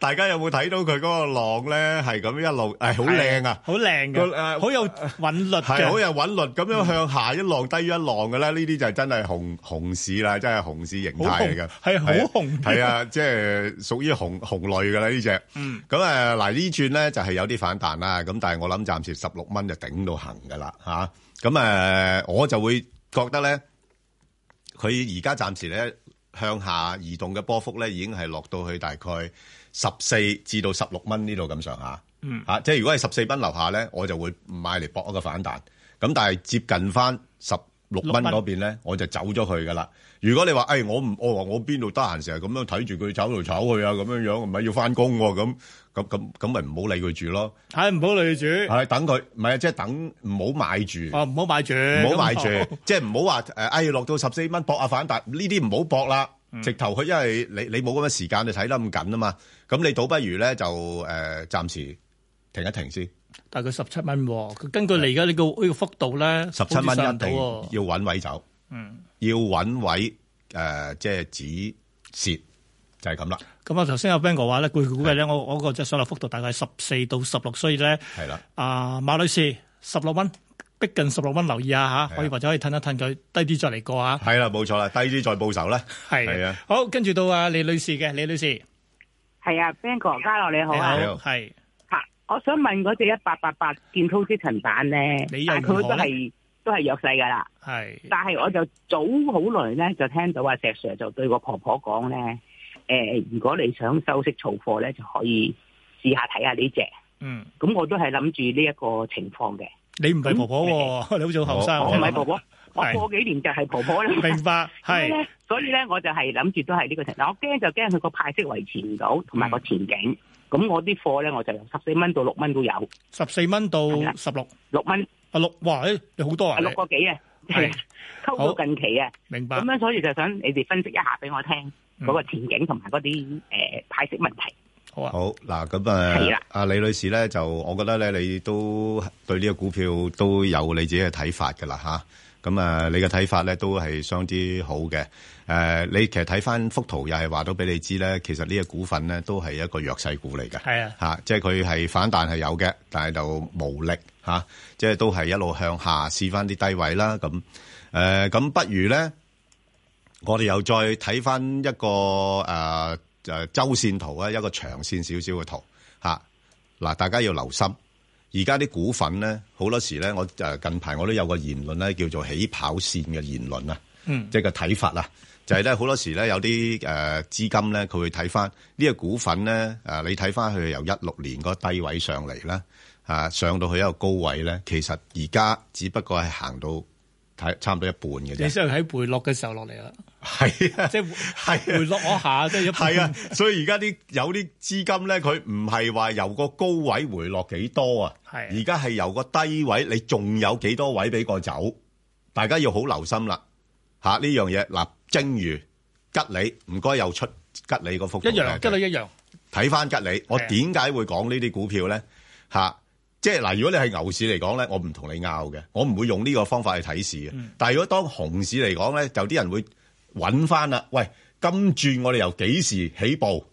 [SPEAKER 3] 大家有冇睇到佢嗰個浪咧？係咁一路係好靚啊！
[SPEAKER 4] [laughs] 好靚
[SPEAKER 3] 個誒
[SPEAKER 4] 嘅，好有韻律
[SPEAKER 3] 係好
[SPEAKER 4] 嘅，
[SPEAKER 3] 有韻律咁樣向下一浪低於一浪嘅咧，呢啲就真係熊熊市啦，真係熊市形態嚟嘅，
[SPEAKER 4] 好紅係好紅
[SPEAKER 3] 係啊，即係屬於熊熊類嘅啦呢只。
[SPEAKER 4] 嗯，
[SPEAKER 3] 咁誒呃嗱呢轉咧就係有啲反彈啦，咁但係我諗暫時十六蚊就頂到行㗎啦嚇。咁、誒我就會覺得咧，佢而家暫時咧向下移動嘅波幅咧已經係落到去大概十四至到十六蚊呢度咁上下。
[SPEAKER 4] 嗯
[SPEAKER 3] 嚇、即係如果係十四蚊樓下咧，我就會買嚟搏一個反彈。咁但係接近翻十六蚊嗰邊咧，我就走咗佢噶啦。如果你話，誒、哎我唔，我話我邊度得閒成日咁樣睇住佢炒嚟炒去啊，咁樣樣唔係要翻工喎，咁咁咁咁咪唔好理佢住咯，
[SPEAKER 4] 係唔好女主，
[SPEAKER 3] 係等佢，唔係啊即係等唔好買住，
[SPEAKER 4] 哦唔好買住，
[SPEAKER 3] 唔好買
[SPEAKER 4] 咁
[SPEAKER 3] 住，即係唔好話誒，哎落到十四蚊搏下反彈，呢啲唔好搏啦。
[SPEAKER 4] 嗯
[SPEAKER 3] 直頭佢，因為你你冇咁嘅時間，你睇得咁緊啊嘛，咁你倒不如咧就誒、呃、暫時停一停先。
[SPEAKER 4] 大概十七蚊喎，佢根據你而家呢個呢個幅度咧，
[SPEAKER 3] 十七蚊
[SPEAKER 4] 好似上
[SPEAKER 3] 一
[SPEAKER 4] 唔到
[SPEAKER 3] 定
[SPEAKER 4] 喎
[SPEAKER 3] 要揾位走，
[SPEAKER 4] 嗯，
[SPEAKER 3] 要揾位誒、呃即係止蝕就係咁啦，
[SPEAKER 4] 咁啊，頭先阿 Ben 哥話咧，佢估計咧，我我個隻上落幅度大概十四到十六，所以咧，
[SPEAKER 3] 係啦，
[SPEAKER 4] 啊馬女士十六蚊，逼近十六蚊，留意下嚇，可以或者可以褪一褪佢低啲再嚟過啊，
[SPEAKER 3] 係啦，冇錯啦，低啲再報仇啦，係
[SPEAKER 4] 係
[SPEAKER 3] 啊，
[SPEAKER 4] 好，跟住到啊李女士嘅，李女士，你
[SPEAKER 10] 係啊，Ben 哥嘉樂你好啊
[SPEAKER 3] 你，好
[SPEAKER 4] 係
[SPEAKER 10] 嚇我想問嗰只一八八八建滔積層板咧，
[SPEAKER 4] 你又
[SPEAKER 10] 但係佢
[SPEAKER 4] 如
[SPEAKER 10] 都
[SPEAKER 4] 何呢
[SPEAKER 10] 係都係弱勢㗎啦。
[SPEAKER 4] 係
[SPEAKER 10] 但係我就早好耐咧，就聽到阿石 Sir 就對個婆婆講咧，誒、如果你想收息儲貨咧，就可以試下睇下呢只。
[SPEAKER 4] 嗯，
[SPEAKER 10] 咁我都係諗住呢一個情況嘅。
[SPEAKER 4] 你唔係婆婆喎，你好似好後生
[SPEAKER 3] 哦
[SPEAKER 10] 我唔係婆
[SPEAKER 4] 喎，
[SPEAKER 10] 婆，我
[SPEAKER 4] 係
[SPEAKER 10] 過幾年就係婆婆啦。
[SPEAKER 4] 明白
[SPEAKER 10] 咁
[SPEAKER 4] 係
[SPEAKER 10] 咧，所以咧我就係諗住都係呢個情。嗱，我驚就驚佢個派息維持唔到，同埋個前景。咁、我啲貨咧，我就由十四蚊到六蚊都有，
[SPEAKER 4] 十四蚊到
[SPEAKER 10] 係啦
[SPEAKER 4] 十六
[SPEAKER 10] 六蚊
[SPEAKER 4] 啊六，哇，誒你好多啊，
[SPEAKER 10] 六
[SPEAKER 4] 你
[SPEAKER 10] 個幾啊，
[SPEAKER 4] 係
[SPEAKER 10] 係 [laughs] 溝到近期啊。
[SPEAKER 4] 明白
[SPEAKER 10] 咁。樣所以就想你哋分析一下俾我聽
[SPEAKER 4] 嗯
[SPEAKER 10] 嗰個前景同埋嗰啲誒派息問題。
[SPEAKER 4] 好啊，
[SPEAKER 3] 好嗱，咁
[SPEAKER 10] 係
[SPEAKER 3] 啊
[SPEAKER 10] 啦，
[SPEAKER 3] 阿李女士咧就，我覺得咧你都對呢個股票都有你自己嘅睇法㗎啦吓，咁啊，你嘅睇法咧都係相之好嘅。誒、你其實睇翻幅圖又係話到俾你知咧，其實呢個股份咧都係一個弱勢股嚟嘅。
[SPEAKER 4] 係啊，
[SPEAKER 3] 嚇、即係佢係反彈係有嘅，但係就無力嚇、即係都係一路向下試翻啲低位啦。咁誒，呃咁、不如咧，我哋又再睇翻一個誒誒、呃呃周線圖啊，一個長線少少嘅圖嚇。嗱、大家要留心。而家啲股份咧，好多時咧，我誒近排我都有個言論咧，叫做起跑線嘅言論啊。
[SPEAKER 4] 嗯，
[SPEAKER 3] 即係個睇法啦，就係咧好多時咧有啲誒資金咧，佢會睇翻呢個股份咧誒、呃你睇翻佢由一六年嗰個低位上嚟啦，啊上到去一個高位咧，其實而家只不過係行到睇差唔多一半嘅
[SPEAKER 4] 你
[SPEAKER 3] 啫，
[SPEAKER 4] 先喺回落嘅時候落嚟啦，
[SPEAKER 3] 係啊，
[SPEAKER 4] 即係
[SPEAKER 3] 係啊
[SPEAKER 4] 回落我下，即係一半
[SPEAKER 3] 係啊，所以而家啲有啲資金咧，佢唔係話由個高位回落幾多啊，
[SPEAKER 4] 係
[SPEAKER 3] 而家係由個低位，你仲有幾多位俾個走？大家要好留心啦，吓呢樣嘢嗱，正如吉利唔該又出吉利嗰幅圖啊
[SPEAKER 4] 一樣，
[SPEAKER 3] 俾
[SPEAKER 4] 跟
[SPEAKER 3] 我睇
[SPEAKER 4] 到一樣，
[SPEAKER 3] 睇翻吉利，我
[SPEAKER 4] 係啊
[SPEAKER 3] 點解會講呢啲股票咧？吓、即係嗱，如果你係牛市嚟講咧，我唔同你拗嘅，我唔會用呢個方法去睇市嘅。
[SPEAKER 4] 嗯
[SPEAKER 3] 但係如果當熊市嚟講咧，就啲人會揾翻啦。喂，今轉我哋由幾時起步？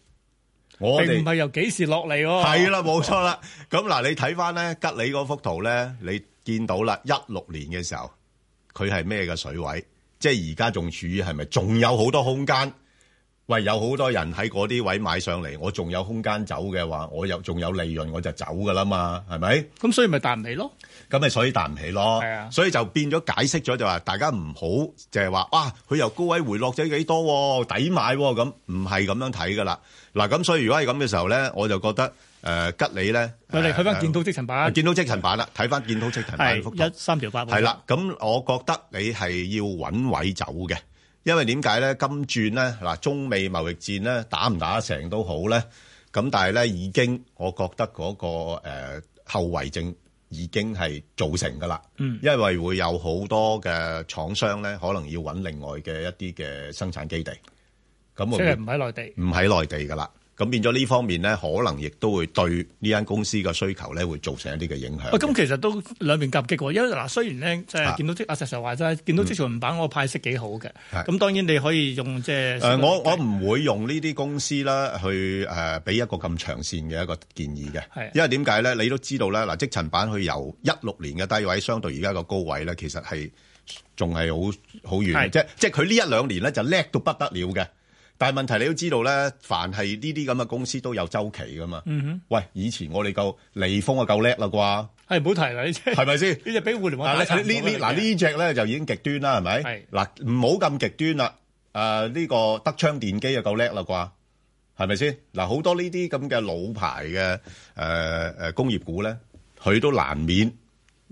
[SPEAKER 3] 我
[SPEAKER 4] 並
[SPEAKER 3] 哋
[SPEAKER 4] 唔係由幾時落嚟喎。
[SPEAKER 3] 係啦，冇錯啦。咁嗱，你睇翻咧吉利嗰幅圖咧，你見到啦，一六年嘅時候佢係咩嘅水位？即係而家仲處於係咪仲有好多空間喂，有好多人喺嗰啲位買上嚟，我仲有空間走嘅話，我又仲有利潤，我就走噶啦嘛，係咪？
[SPEAKER 4] 咁所以咪彈唔起咯。
[SPEAKER 3] 咁咪所以彈唔起咯。
[SPEAKER 4] 係啊
[SPEAKER 3] 所以就變咗解釋咗就話，大家唔好就係話，哇，佢由高位回落咗幾多喎，抵買喎，咁唔係咁樣睇噶啦。嗱，咁所以如果係咁嘅時候咧，我就覺得誒、呃吉利咧，
[SPEAKER 4] 我哋睇翻
[SPEAKER 3] 呃
[SPEAKER 4] 見到即層
[SPEAKER 3] 啊
[SPEAKER 4] 版，
[SPEAKER 3] 見到即層版啦，睇翻見到即層版幅圖
[SPEAKER 4] 係一。三條八。
[SPEAKER 3] 係啦，咁我覺得你係要揾位走嘅，因為點解咧？金轉咧，嗱，中美貿易戰咧，打唔打得成都好咧，咁但係咧已經，我覺得嗰、個誒、呃、後遺症已經係造成㗎啦，
[SPEAKER 4] 嗯
[SPEAKER 3] 因為會有好多嘅廠商咧，可能要揾另外嘅一啲嘅生產基地，咁
[SPEAKER 4] 即
[SPEAKER 3] 會唔會
[SPEAKER 4] 係唔喺內地。
[SPEAKER 3] 唔喺內地噶啦，咁變咗呢方面咧，可能亦都會對呢間公司嘅需求咧，會造成一啲嘅影響
[SPEAKER 4] 喂，。咁其實都兩面夾擊喎，因為嗱，雖然咧即係
[SPEAKER 3] 啊
[SPEAKER 4] 見到即阿石 Sir 話齋，見到即場版嗰個派息幾好嘅，
[SPEAKER 3] 係
[SPEAKER 4] 咁當然你可以用即係
[SPEAKER 3] 誒、呃我我唔會用呢啲公司啦，去誒俾、一個咁長線嘅一個建議嘅
[SPEAKER 4] 係，啊
[SPEAKER 3] 因為點解咧？你都知道咧，嗱，積塵板佢由一六年嘅低位，相對而家個高位咧，其實係仲係好好遠，
[SPEAKER 4] 係
[SPEAKER 3] 即即係佢呢一兩年咧就叻到不得了嘅。但係問題你都知道咧，凡係呢啲咁嘅公司都有周期噶嘛。
[SPEAKER 4] 嗯
[SPEAKER 3] 喂，以前我哋夠利豐啊夠叻啦啩，
[SPEAKER 4] 哼，係唔好提啦，呢隻
[SPEAKER 3] 係咪先？
[SPEAKER 4] 呢隻俾互聯網
[SPEAKER 3] 嗱，
[SPEAKER 4] 打殘咗
[SPEAKER 3] 呢呢嗱呢只咧就已經極端啦，係咪？
[SPEAKER 4] 係
[SPEAKER 3] 嗱，唔好咁極端啦。誒、呢、個德昌電機就夠叻啦啩，係咪先？嗱，好多呢啲咁嘅老牌嘅誒誒工業股咧，佢都難免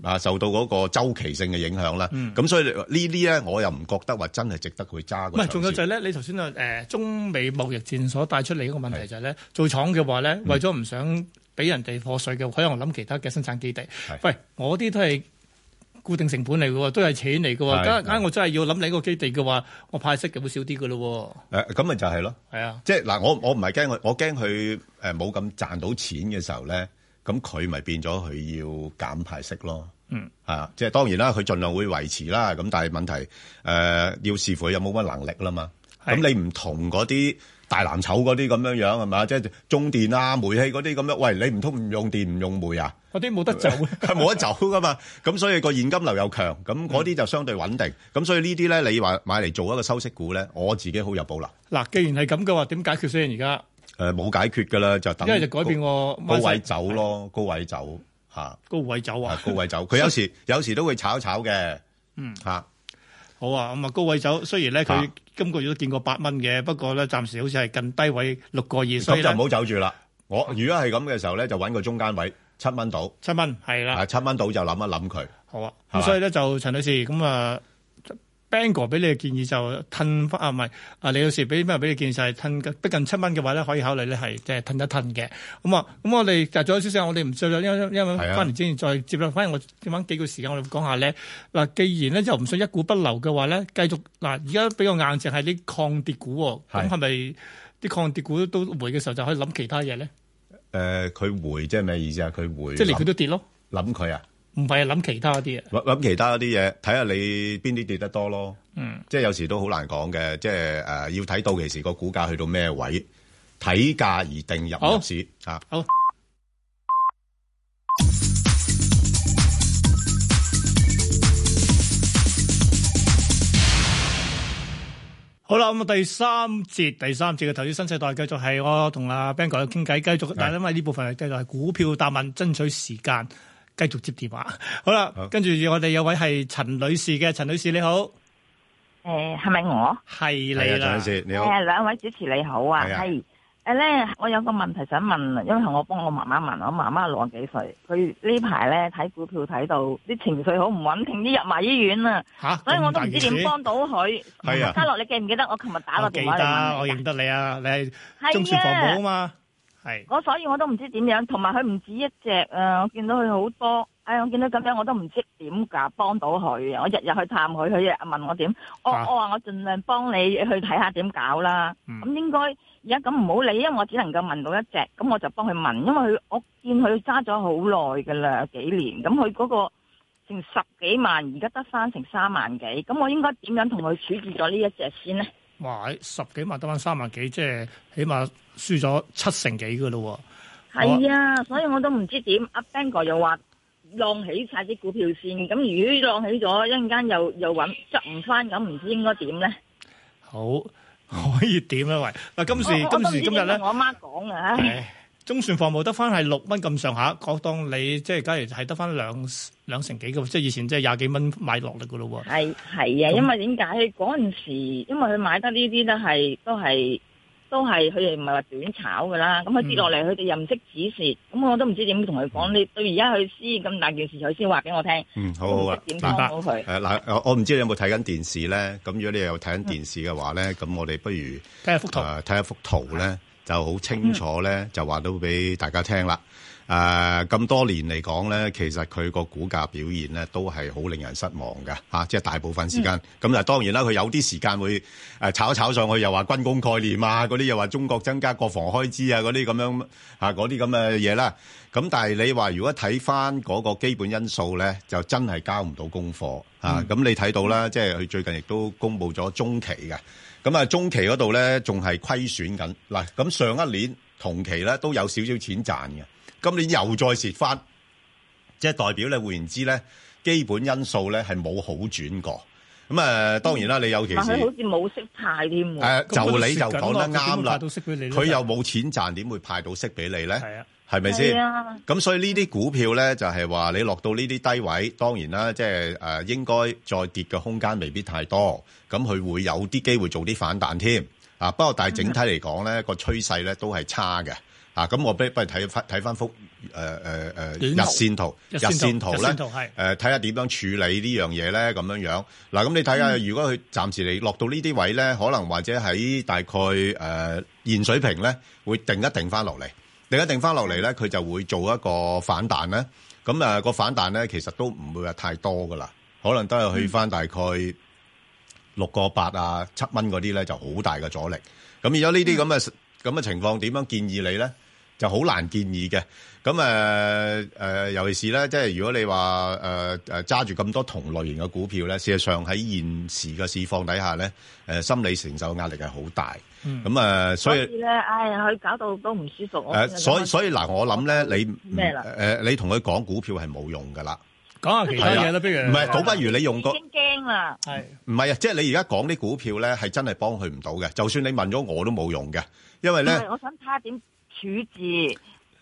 [SPEAKER 3] 啊受到嗰個周期性嘅影響啦。咁、所以呢啲咧，我又唔覺得話真係值得去揸
[SPEAKER 4] 唔
[SPEAKER 3] 個長線。
[SPEAKER 4] 係，仲有就係咧，你頭先啊誒中美貿易戰所帶出嚟嗰個問題就係咧，做廠嘅話咧，
[SPEAKER 3] 嗯
[SPEAKER 4] 為咗唔想俾人哋課税嘅，可能諗其他嘅生產基地。喂，我啲都係固定成本嚟嘅喎，都係錢嚟嘅喎。
[SPEAKER 3] 係
[SPEAKER 4] 梗
[SPEAKER 3] 係
[SPEAKER 4] 梗我真係要諗你個基地嘅話，我派息就會少啲嘅咯
[SPEAKER 3] 誒咁咪就係咯。
[SPEAKER 4] 喎。係啊，
[SPEAKER 3] 即係嗱，我我唔係驚佢，我驚佢誒冇咁賺到錢嘅時候咧，咁佢咪變咗佢要減派息咯。
[SPEAKER 4] 嗯，
[SPEAKER 3] 啊，即係當然啦，佢盡量會維持啦。咁但係問題誒、呃要視乎佢有冇乜能力啦嘛。
[SPEAKER 4] 係
[SPEAKER 3] 咁你唔同嗰啲大藍籌嗰啲咁樣樣係嘛？即係中電啊、煤氣嗰啲咁樣，喂，你唔通唔用電唔用煤啊？ [laughs]
[SPEAKER 4] 嗰啲冇得走。
[SPEAKER 3] 係冇得走噶嘛，咁所以個現金流又強，咁嗰啲就相對穩定，咁所以呢啲咧，你話買嚟做一個收息股咧，我自己好有保留，誒、
[SPEAKER 4] 嗱，既然係咁嘅話，點解決先而家？
[SPEAKER 3] 呃冇解決噶啦，就等
[SPEAKER 4] 因為就改變我
[SPEAKER 3] 高位走，咯，高位走嚇，
[SPEAKER 4] 高位走
[SPEAKER 3] 啊
[SPEAKER 4] 啊！
[SPEAKER 3] 高位走。佢有時有時都會炒一炒嘅，
[SPEAKER 4] 嗯
[SPEAKER 3] 嚇
[SPEAKER 4] 好啊，咁啊高位走，雖然咧佢
[SPEAKER 3] 啊
[SPEAKER 4] 今個月都見過八蚊嘅，不過咧暫時好似係近低位六個二，所
[SPEAKER 3] 咁就
[SPEAKER 4] 以哦咧
[SPEAKER 3] 唔好走住啦。我如果係咁嘅時候咧，就揾個中間位七蚊到，
[SPEAKER 4] 七蚊係啦
[SPEAKER 3] 啊。七蚊到就諗一諗佢。
[SPEAKER 4] 好啊，
[SPEAKER 3] 係
[SPEAKER 4] 咁
[SPEAKER 3] 嘛
[SPEAKER 4] 所以咧就陳女士咁啊。Bang 哥俾你嘅建議就褪翻啊，唔係啊，李女士俾咩俾你建議就係褪逼近七蚊嘅話咧，可以考慮咧係即係褪一褪嘅。咁啊，咁我哋就仲有少少，我哋唔再因為因為
[SPEAKER 3] 係啊
[SPEAKER 4] 翻嚟之前再接啦。反正我點翻幾個時間，我哋講下咧嗱，既然咧就唔想一股不留嘅話咧，繼續嗱，而家比較硬淨係啲抗跌股喎，
[SPEAKER 3] 係
[SPEAKER 4] 咁係咪啲抗跌股都回嘅時候就可以諗其他嘢咧？
[SPEAKER 3] 誒，佢回即係咩意思啊？佢回
[SPEAKER 4] 即係連佢
[SPEAKER 3] 諗
[SPEAKER 4] 都跌咯，
[SPEAKER 3] 諗佢啊，
[SPEAKER 4] 唔係諗其他啲嘢。
[SPEAKER 3] 諗諗其他啲嘢，睇下你邊啲跌得多咯。
[SPEAKER 4] 嗯，
[SPEAKER 3] 即係有時都好難講嘅，即係誒要睇到期時個股價去到咩位，睇價而定入唔
[SPEAKER 4] 好
[SPEAKER 3] 入市啊。
[SPEAKER 4] 好。好啦，咁啊第三節，第三節嘅投資新世代繼續係我同阿 Ben 哥傾偈，繼續，但係因為呢部分係繼續係股票答問，爭取時間，繼續接電話。好啦
[SPEAKER 3] 好，
[SPEAKER 4] 跟住我哋有位係陳女士嘅，陳女士你好，
[SPEAKER 10] 诶，系咪我？
[SPEAKER 4] 係你
[SPEAKER 3] 係啊，
[SPEAKER 4] 啦
[SPEAKER 3] 陳女，
[SPEAKER 4] 嗯
[SPEAKER 3] 士你好，
[SPEAKER 10] 诶，两位主持你好啊，
[SPEAKER 3] 係啊
[SPEAKER 10] 系诶咧，我有個問題想問，啊因為我幫我媽媽問，我媽媽六十幾歲，佢呢排咧睇股票睇到啲情緒好唔穩定，啲入埋醫院啊，
[SPEAKER 4] 吓，
[SPEAKER 10] 所以
[SPEAKER 4] 咁
[SPEAKER 10] 我都
[SPEAKER 4] 大
[SPEAKER 10] 唔知
[SPEAKER 4] 件事
[SPEAKER 10] 點幫到佢。
[SPEAKER 3] 係啊
[SPEAKER 10] 嘉樂，你記唔記得我琴日打
[SPEAKER 4] 我
[SPEAKER 10] 個
[SPEAKER 4] 記
[SPEAKER 10] 電話嚟
[SPEAKER 4] 得，我
[SPEAKER 10] 問
[SPEAKER 4] 認
[SPEAKER 10] 你
[SPEAKER 4] 得你啊，你係
[SPEAKER 10] 㗎？
[SPEAKER 4] 中船防
[SPEAKER 10] 係
[SPEAKER 4] 務啊
[SPEAKER 10] 啊，
[SPEAKER 4] 嘛，係。
[SPEAKER 10] 我所以我都唔知點樣，同埋佢唔止一隻啊，我見到佢好多。唉、我見到咁樣我都唔知點㗎，幫到佢。啊我日日去探佢，佢日日問我點，我
[SPEAKER 4] 啊
[SPEAKER 10] 我話我盡量幫你去睇下點搞啦。
[SPEAKER 4] 嗯
[SPEAKER 10] 咁、應該而家咁唔好理，因為我只能夠問到一隻，咁我就幫佢問，因為佢我見佢揸咗好耐㗎啦，幾年，咁佢嗰個成十幾萬，而家得翻成三萬幾，咁我應該點樣同佢處置咗呢一隻先呢？
[SPEAKER 4] 哇！十幾萬得翻三萬幾，即係起碼輸咗七成幾嘅咯
[SPEAKER 10] 係啊，所以我都唔知點。阿 Ben 哥又話浪起晒啲股票先，咁如果浪起咗，一陣間又又揾執唔翻，咁唔知應該點呢？
[SPEAKER 4] 喎。好，可以點咧？喂，嗱，今時
[SPEAKER 10] 我我
[SPEAKER 4] 今時今日咧
[SPEAKER 10] 我。阿媽講嘅，唉
[SPEAKER 4] 唉中船服務得翻係六蚊咁上下，我當你即係假如係得翻兩兩成幾嘅，即係以前即係廿幾蚊買落嚟嘅咯喎。
[SPEAKER 10] 係係啊，
[SPEAKER 4] 咁
[SPEAKER 10] 因為點解嗰陣時，因為佢買得呢啲都係都係都係佢哋唔係話短炒噶啦，咁
[SPEAKER 3] 嗯
[SPEAKER 10] 佢跌落嚟，佢哋又唔識指示，咁我都唔知點同佢講。你到而家佢知咁大件事，佢先話俾我聽，
[SPEAKER 3] 嗯，好好
[SPEAKER 10] 我唔
[SPEAKER 3] 啊
[SPEAKER 10] 識，點幫
[SPEAKER 3] 嗱。
[SPEAKER 10] 到佢。
[SPEAKER 3] 誒嗱，我我唔知你有冇睇緊電視咧。咁如果你有睇緊電視嘅話咧，咁我哋不如
[SPEAKER 4] 睇下幅圖，
[SPEAKER 3] 誒
[SPEAKER 4] 嗯
[SPEAKER 3] 啊睇一幅圖咧，就好清楚咧，就話到俾大家聽啦。誒咁多年嚟講咧，其實佢個股價表現咧都係好令人失望嘅嚇、啊即係大部分時
[SPEAKER 4] 嗯
[SPEAKER 3] 間。咁嗱、當然啦，佢有啲時間會誒炒一炒上去，又話軍工概念啊，嗰啲又話中國增加國防開支啊，嗰啲咁樣嚇嗰啲咁嘅嘢啦。咁但係你話如果睇翻嗰個基本因素咧，就真係交唔到功課
[SPEAKER 4] 嗯
[SPEAKER 3] 啊！咁、你睇到啦，即係佢最近亦都公布咗中期嘅，咁啊中期嗰度咧仲係虧損緊嗱，咁上一年同期咧都有少少錢賺嘅，今年又再蝕翻，即係代表咧換言之咧，基本因素咧係冇好轉過。咁啊、當然啦，你有其
[SPEAKER 10] 但
[SPEAKER 3] 是
[SPEAKER 10] 佢好似冇識派添
[SPEAKER 3] 誒、
[SPEAKER 10] 喎，
[SPEAKER 3] 就你就講得啱啦，
[SPEAKER 4] 都識俾你啦
[SPEAKER 3] 佢又冇錢賺，點會派到息俾你咧？
[SPEAKER 4] 係啊，
[SPEAKER 3] 係咪
[SPEAKER 10] 係
[SPEAKER 3] 先？
[SPEAKER 10] 啊，
[SPEAKER 3] 咁所以呢啲股票咧，就係話你落到呢啲低位，當然啦，即係誒應該再跌嘅空間未必太多，咁佢會有啲機會做啲反彈添。啊，不過但係整體嚟講咧，個趨勢咧都係差嘅。啊，咁我不不如睇翻睇翻幅誒誒誒
[SPEAKER 4] 圖
[SPEAKER 3] 日線圖，
[SPEAKER 4] 日
[SPEAKER 3] 日
[SPEAKER 4] 線
[SPEAKER 3] 線
[SPEAKER 4] 圖
[SPEAKER 3] 圖
[SPEAKER 4] 日
[SPEAKER 3] 咧
[SPEAKER 4] 線圖係，
[SPEAKER 3] 誒睇下點樣處理呢樣嘢咧，咁樣樣。嗱，咁你睇下，如果佢暫時嚟落到呢啲位咧，可能或者喺大概誒、呃、現水平咧，會定一定翻落嚟。定一定翻落嚟咧，佢就會做一個反彈咧。咁誒個反彈咧，其實都唔會話太多噶啦，可能都係去翻大概六個八啊、七蚊嗰啲咧，就好大嘅阻力。咁而家呢啲咁嘅
[SPEAKER 10] 嗯
[SPEAKER 3] 咁嘅情況，點樣建議你咧？就好難建議嘅。咁誒誒，尤其是咧，即係如果你話誒誒揸住咁多同類型嘅股票咧，事實上喺現時嘅市況底下咧，誒、心理承受壓力係好大。咁誒、所
[SPEAKER 10] 所
[SPEAKER 3] 以
[SPEAKER 10] 以。咧，唉，佢搞到都唔舒服。嗯我
[SPEAKER 3] 誒，所以所以嗱，我諗咧，你唔
[SPEAKER 10] 咩啦
[SPEAKER 3] 誒，你同佢講股票係冇用噶啦，
[SPEAKER 4] 講下其他嘢啦，不如
[SPEAKER 10] 嗯
[SPEAKER 3] 唔係，倒不如你用個
[SPEAKER 10] 已經驚啦，
[SPEAKER 4] 係
[SPEAKER 3] 唔係啊，即係你而家講啲股票咧，係真係幫佢唔到嘅。就算你問咗我都冇用嘅，因為
[SPEAKER 10] 因
[SPEAKER 3] 咧
[SPEAKER 10] 為我想睇下點處置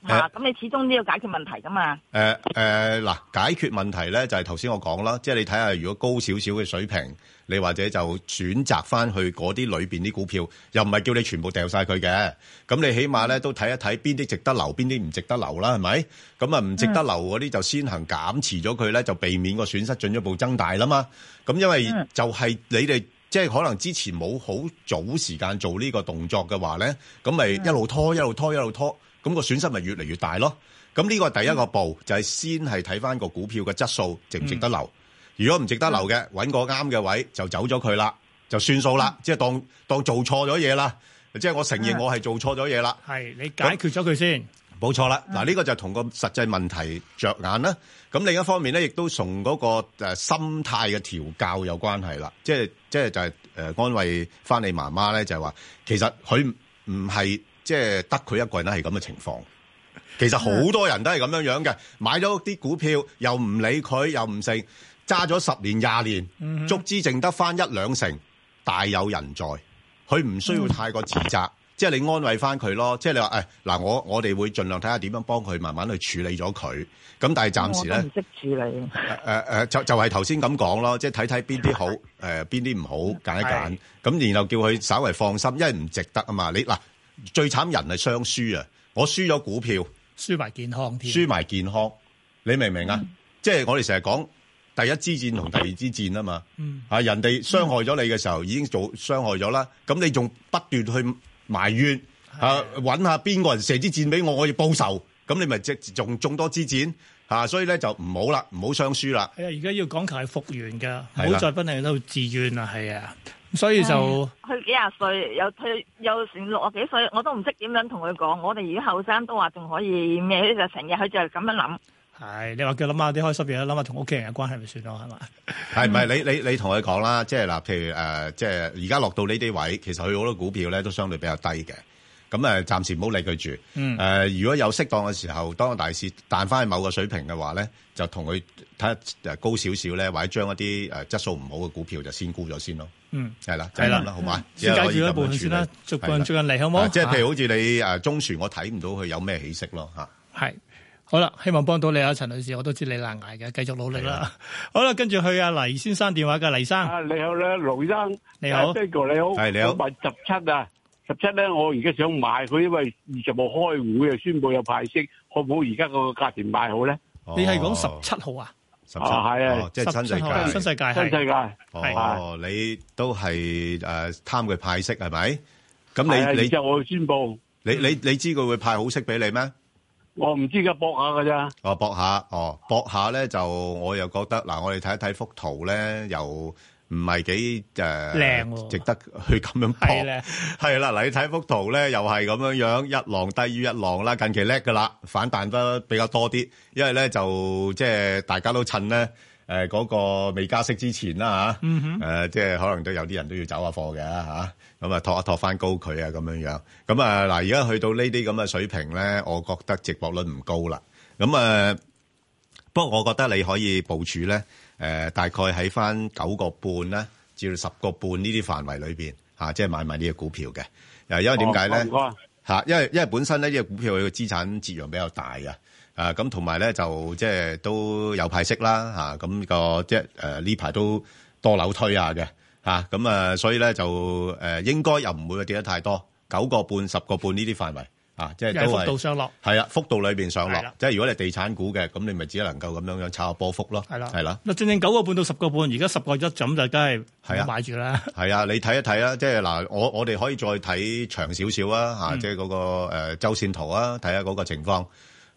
[SPEAKER 10] 嚇，咁你始終都要解決問題噶嘛。
[SPEAKER 3] 誒誒嗱，解決問題咧就係頭先我講啦，即係你睇下如果高少少嘅水平，你或者就選擇翻去嗰啲裏邊啲股票，又唔係叫你全部掉晒佢嘅，咁你起碼咧都睇一睇邊啲值得留，邊啲唔值得留啦，係咪？咁啊唔值得留嗰啲就先行減持咗佢咧，就避免個損失進一步增大啦嘛。咁因為
[SPEAKER 10] 嗯
[SPEAKER 3] 就係你哋即係可能之前冇好早時間做呢個動作嘅話咧，咁咪一路拖一路拖一路拖，咁個損失咪越嚟越大咯。咁呢個第一個步就係先係睇翻個股票嘅質素值唔值得留。如果唔值得留嘅，揾個啱嘅位就走咗佢啦，就算數啦，即係當當做錯咗嘢啦，即係我承認我係做錯咗嘢啦。
[SPEAKER 4] 係你解決咗佢先，
[SPEAKER 3] 冇錯啦，嗱呢個就同個實際問題着眼啦。咁另一方面咧，亦都從嗰個誒心態嘅調教有關係啦。即係即係就係誒安慰翻你媽媽咧，就係話其實佢唔唔係即係得佢一個人係咁嘅情況。其實好多人都係咁樣樣嘅，買咗啲股票又唔理佢，又唔成，揸咗十年廿
[SPEAKER 10] 嗯
[SPEAKER 3] 年，足之剩得翻一兩成，大有人在。佢唔
[SPEAKER 10] 嗯
[SPEAKER 3] 需要太過自責，即係你安慰翻佢咯。即係你話誒嗱，我我哋會盡量睇下點樣幫佢慢慢去處理咗佢。咁但係暫時咧。
[SPEAKER 10] 我都唔識處理。
[SPEAKER 3] 誒誒誒，呃就就係頭先咁講咯，即係睇睇邊啲好，誒邊啲唔好，揀一
[SPEAKER 4] 嗯係
[SPEAKER 3] 揀，咁然後叫佢稍為放心，因為唔值得啊嘛。你嗱最慘人係雙輸啊，我輸咗股票，
[SPEAKER 4] 輸埋健康添。
[SPEAKER 3] 輸埋健康，你明唔明
[SPEAKER 4] 嗯
[SPEAKER 3] 啊？即係我哋成日講第一支箭同第二支箭啊嘛，
[SPEAKER 4] 嗯
[SPEAKER 3] 啊人哋傷害咗你嘅時候已經做傷害咗啦，咁你仲不斷去埋怨，啊揾下邊個人射支箭俾我，我要報仇，咁你咪即仲中多支箭啊，所以咧就唔好啦，唔好雙輸啦。
[SPEAKER 4] 係啊，而家要講求係復原㗎，
[SPEAKER 3] 係
[SPEAKER 4] 唔好
[SPEAKER 3] 啦
[SPEAKER 4] 再不停喺度自怨啦，係啊，所以就
[SPEAKER 10] 佢幾廿歲，又退又成六啊幾歲，我都唔識點樣同佢講。我哋而家後生都話仲可以咩，就成日佢就係咁樣諗。
[SPEAKER 4] 係你話叫佢諗下啲開心嘢，諗下同屋企人嘅關係咪算咯，係嘛？
[SPEAKER 3] 係唔係？你你你同佢講呃啦，即係嗱，譬如誒，即係而家落到呢啲位，其實佢好多股票咧都相對比較低嘅。咁誒暫時唔好理佢住。
[SPEAKER 4] 嗯
[SPEAKER 3] 誒、如果有適當嘅時候，當個大市彈翻去某個水平嘅話咧，就同佢睇下誒高少少咧，或者將一啲呃誒質素唔好嘅股票就先沽咗先咯。
[SPEAKER 4] 嗯，
[SPEAKER 3] 係啦，就
[SPEAKER 4] 係
[SPEAKER 3] 係
[SPEAKER 4] 啦嗯
[SPEAKER 3] 咁啦，好嘛？
[SPEAKER 4] 先
[SPEAKER 3] 只係
[SPEAKER 4] 解
[SPEAKER 3] 可以咁
[SPEAKER 4] 決一
[SPEAKER 3] 樣
[SPEAKER 4] 部分
[SPEAKER 3] 處
[SPEAKER 4] 先啦
[SPEAKER 3] 理，
[SPEAKER 4] 逐
[SPEAKER 3] 係
[SPEAKER 4] 個
[SPEAKER 3] 啦
[SPEAKER 4] 逐個嚟好冇？
[SPEAKER 3] 啊即係譬如
[SPEAKER 4] 啊
[SPEAKER 3] 好似你誒中船，我睇唔到佢有咩起色咯嚇。
[SPEAKER 4] 係好啦，希望幫到你啊，陳女士，我都知你難捱嘅，繼續努力
[SPEAKER 3] 啊
[SPEAKER 4] 啦。好啦，跟住去阿黎先生電話嘅黎生，
[SPEAKER 11] 啊，你好咧，盧生，
[SPEAKER 4] 你好
[SPEAKER 11] b i g 你好，
[SPEAKER 3] 啊係你好
[SPEAKER 11] 我問十七啊，十七咧，我而家想買佢，因為二十號開會又宣布有派息，可唔好而家個價錢買好咧？
[SPEAKER 4] 你係講
[SPEAKER 3] 哦
[SPEAKER 4] 十七號啊？
[SPEAKER 3] 十七
[SPEAKER 11] 啊係啊
[SPEAKER 3] 哦即係新世
[SPEAKER 4] 17號
[SPEAKER 3] 界。
[SPEAKER 4] 新世界
[SPEAKER 11] 新世
[SPEAKER 4] 係
[SPEAKER 11] 界係啊
[SPEAKER 3] 哦，你都係誒貪佢派息係咪？
[SPEAKER 11] 係啊
[SPEAKER 3] 咁你
[SPEAKER 11] 二
[SPEAKER 3] 你
[SPEAKER 11] 十號宣布，
[SPEAKER 3] 你你你知佢會派好息俾你咩？
[SPEAKER 11] 我唔知噶，搏下噶咋？
[SPEAKER 3] 哦，搏下，哦，搏下咧就我又覺得嗱，我哋睇一睇幅圖咧，又唔係幾誒
[SPEAKER 4] 靚喎
[SPEAKER 3] 值得去咁樣
[SPEAKER 4] 係
[SPEAKER 3] 搏。
[SPEAKER 4] 咧，
[SPEAKER 3] 係啦，嗱，你睇幅圖咧，又係咁樣樣，一浪低於一浪啦，近期叻噶啦，反彈得比較多啲，因為咧就即係大家都趁咧誒呃嗰個未加息之前啦嚇，誒、即係可能都有啲人都要走下貨嘅嚇，咁啊托一托翻高佢啊咁樣樣，咁啊嗱，而家去到呢啲咁嘅水平咧，我覺得值博率唔高啦，咁啊。不過我覺得你可以部署咧，誒、大概喺翻九個半啦，至到十個半呢啲範圍裏邊嚇，即係買埋呢只股票嘅。誒，因為點解咧？
[SPEAKER 11] 哦唔
[SPEAKER 3] 嚇，因為因為本身呢呢只股票佢嘅資產折讓比較大嘅，啊咁同埋咧就即係都有派息啦，嚇咁個即係誒呢排都多樓推下嘅，嚇咁啊所以咧就誒應該又唔會跌得太多，九個半十個半呢啲範圍啊，即係都
[SPEAKER 4] 又係幅
[SPEAKER 3] 係
[SPEAKER 4] 度上落。
[SPEAKER 3] 係啊，幅度裏邊上落
[SPEAKER 4] 係啦，
[SPEAKER 3] 即係如果你地產股嘅，咁你咪只能夠咁樣樣炒下波幅咯。
[SPEAKER 4] 係啦，
[SPEAKER 3] 係啦，
[SPEAKER 4] 嗱，正正九個半到十個半，而家十個一咁就梗係
[SPEAKER 3] 係啊
[SPEAKER 4] 唔買住啦。 [laughs]
[SPEAKER 3] 係啊，你睇一睇啦，即係嗱，我我哋可以再睇長少少啊，嚇、即係嗰、個呃周線圖啊，睇下嗰個情況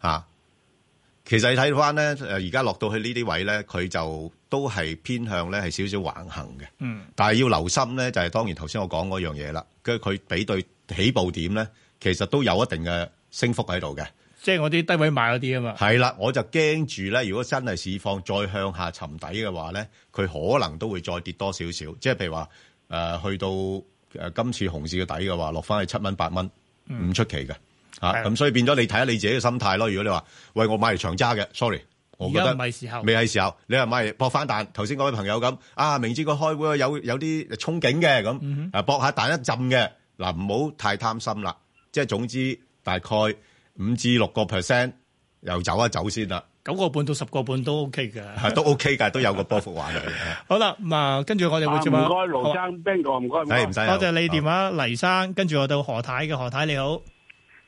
[SPEAKER 3] 嚇、其實你睇翻咧，誒而家落到去呢啲位咧，佢就都係偏向咧係少少橫行嘅。
[SPEAKER 4] 嗯，
[SPEAKER 3] 但係要留心咧，就係、當然頭先我講嗰樣嘢啦，跟住佢比對起步點咧，其實都有一定嘅升幅喺度嘅。
[SPEAKER 4] 即係我啲低位買嗰啲啊嘛。
[SPEAKER 3] 係啦，我就驚住咧，如果真係市況再向下沉底嘅話咧，佢可能都會再跌多少少。即係譬如話，誒、去到誒、呃今次熊市嘅底嘅話，落翻去七蚊八蚊，唔出奇嘅嚇。
[SPEAKER 4] 嗯係啊
[SPEAKER 3] 咁、所以變咗你睇下你自己嘅心態咯。如果你話，喂，我買嚟長揸嘅，sorry，我
[SPEAKER 4] 而
[SPEAKER 3] 覺
[SPEAKER 4] 家
[SPEAKER 3] 得
[SPEAKER 4] 唔係時候。
[SPEAKER 3] 未係時候。你話買嚟搏翻彈，頭先嗰位朋友咁啊，明知佢開會有有啲呃憧憬嘅咁，
[SPEAKER 4] 嗯
[SPEAKER 3] 啊搏下彈一浸嘅嗱，唔好太貪心啦。即係總之大概五至六個 percent 又走一走先啦，
[SPEAKER 4] 九個半到十個半都 OK 嘅。
[SPEAKER 3] 啊都 OK 㗎，都有個波幅
[SPEAKER 4] [laughs]
[SPEAKER 3] 玩嘅。
[SPEAKER 4] 好啦，咁啊，跟住我哋會
[SPEAKER 11] 啊唔
[SPEAKER 4] 接
[SPEAKER 11] 該，
[SPEAKER 4] 啊。
[SPEAKER 11] 盧生 b i g 唔該，唔
[SPEAKER 3] 係啊
[SPEAKER 11] 該
[SPEAKER 3] 唔。使
[SPEAKER 4] 好，多謝你電。話，黎生。跟住我到何太嘅，何太你好。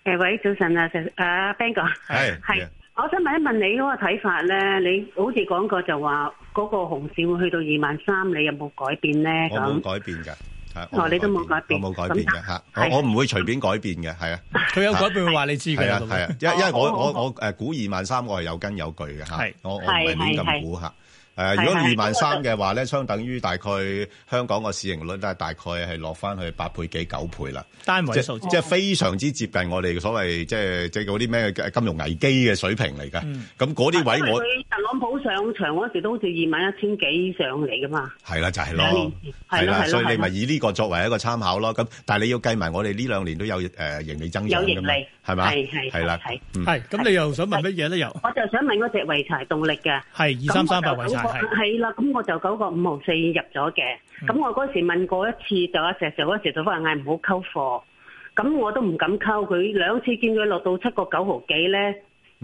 [SPEAKER 9] 誒，喂，早晨啊，石啊 Ben 哥，
[SPEAKER 3] 係
[SPEAKER 9] 係，我想問一問你嗰個睇法咧，你好似講過就話嗰個紅市會去到二萬三，你有冇改變咧？
[SPEAKER 3] 我冇
[SPEAKER 9] 咁
[SPEAKER 3] 改變㗎，係
[SPEAKER 9] 哦你都冇改變
[SPEAKER 3] 我冇改變嘅嚇，我
[SPEAKER 9] 係
[SPEAKER 3] 我唔會隨便改變嘅，係啊。
[SPEAKER 4] 佢有改變會話你知
[SPEAKER 3] 係
[SPEAKER 4] 嘅
[SPEAKER 3] 啊，
[SPEAKER 4] 啦。
[SPEAKER 3] 係啊，因因為我我我誒估二萬三，我係有根有據嘅嚇
[SPEAKER 4] 係，
[SPEAKER 3] 我我唔係亂咁估嚇。誒，如果二
[SPEAKER 9] 係
[SPEAKER 3] 萬三嘅話咧，相等於大概香港個市盈率咧，大概係落翻去八倍幾九倍啦，
[SPEAKER 4] 單
[SPEAKER 3] 即
[SPEAKER 4] 位數字。
[SPEAKER 3] 即係非常之接近我哋所謂即係即係嗰啲咩金融危機嘅水平嚟嘅。咁嗰啲
[SPEAKER 9] 因
[SPEAKER 3] 位
[SPEAKER 9] 為
[SPEAKER 3] 我
[SPEAKER 9] 佢特朗普上場嗰時都好似二萬一千幾上嚟噶嘛，
[SPEAKER 3] 係啦，就係
[SPEAKER 9] 兩
[SPEAKER 3] 咯
[SPEAKER 9] 年。前
[SPEAKER 3] 係
[SPEAKER 9] 係咯
[SPEAKER 3] 啦，
[SPEAKER 9] 係
[SPEAKER 3] 所
[SPEAKER 9] 咯
[SPEAKER 3] 以你
[SPEAKER 9] 係
[SPEAKER 3] 咪
[SPEAKER 9] 咯，
[SPEAKER 3] 以呢個作為一個參考咯。咁但係你要計埋我哋呢兩年都有誒盈利增長
[SPEAKER 9] 有
[SPEAKER 3] 㗎
[SPEAKER 9] 盈
[SPEAKER 3] 嘛
[SPEAKER 9] 利，
[SPEAKER 3] 係嘛？
[SPEAKER 9] 係係
[SPEAKER 3] 係啦，
[SPEAKER 9] 係
[SPEAKER 3] 嗯
[SPEAKER 4] 係咁，你又想問乜嘢咧？又
[SPEAKER 9] 我就想問嗰只維柴動力嘅。
[SPEAKER 4] 係二三三八維柴係。
[SPEAKER 9] 係啦，啊咁我就九個五毫四入咗嘅。咁我嗰時問過一次，就阿石 Sir 嗰時就話嗌唔好溝貨，咁我都唔敢溝佢。兩次見佢落到七個九毫幾咧，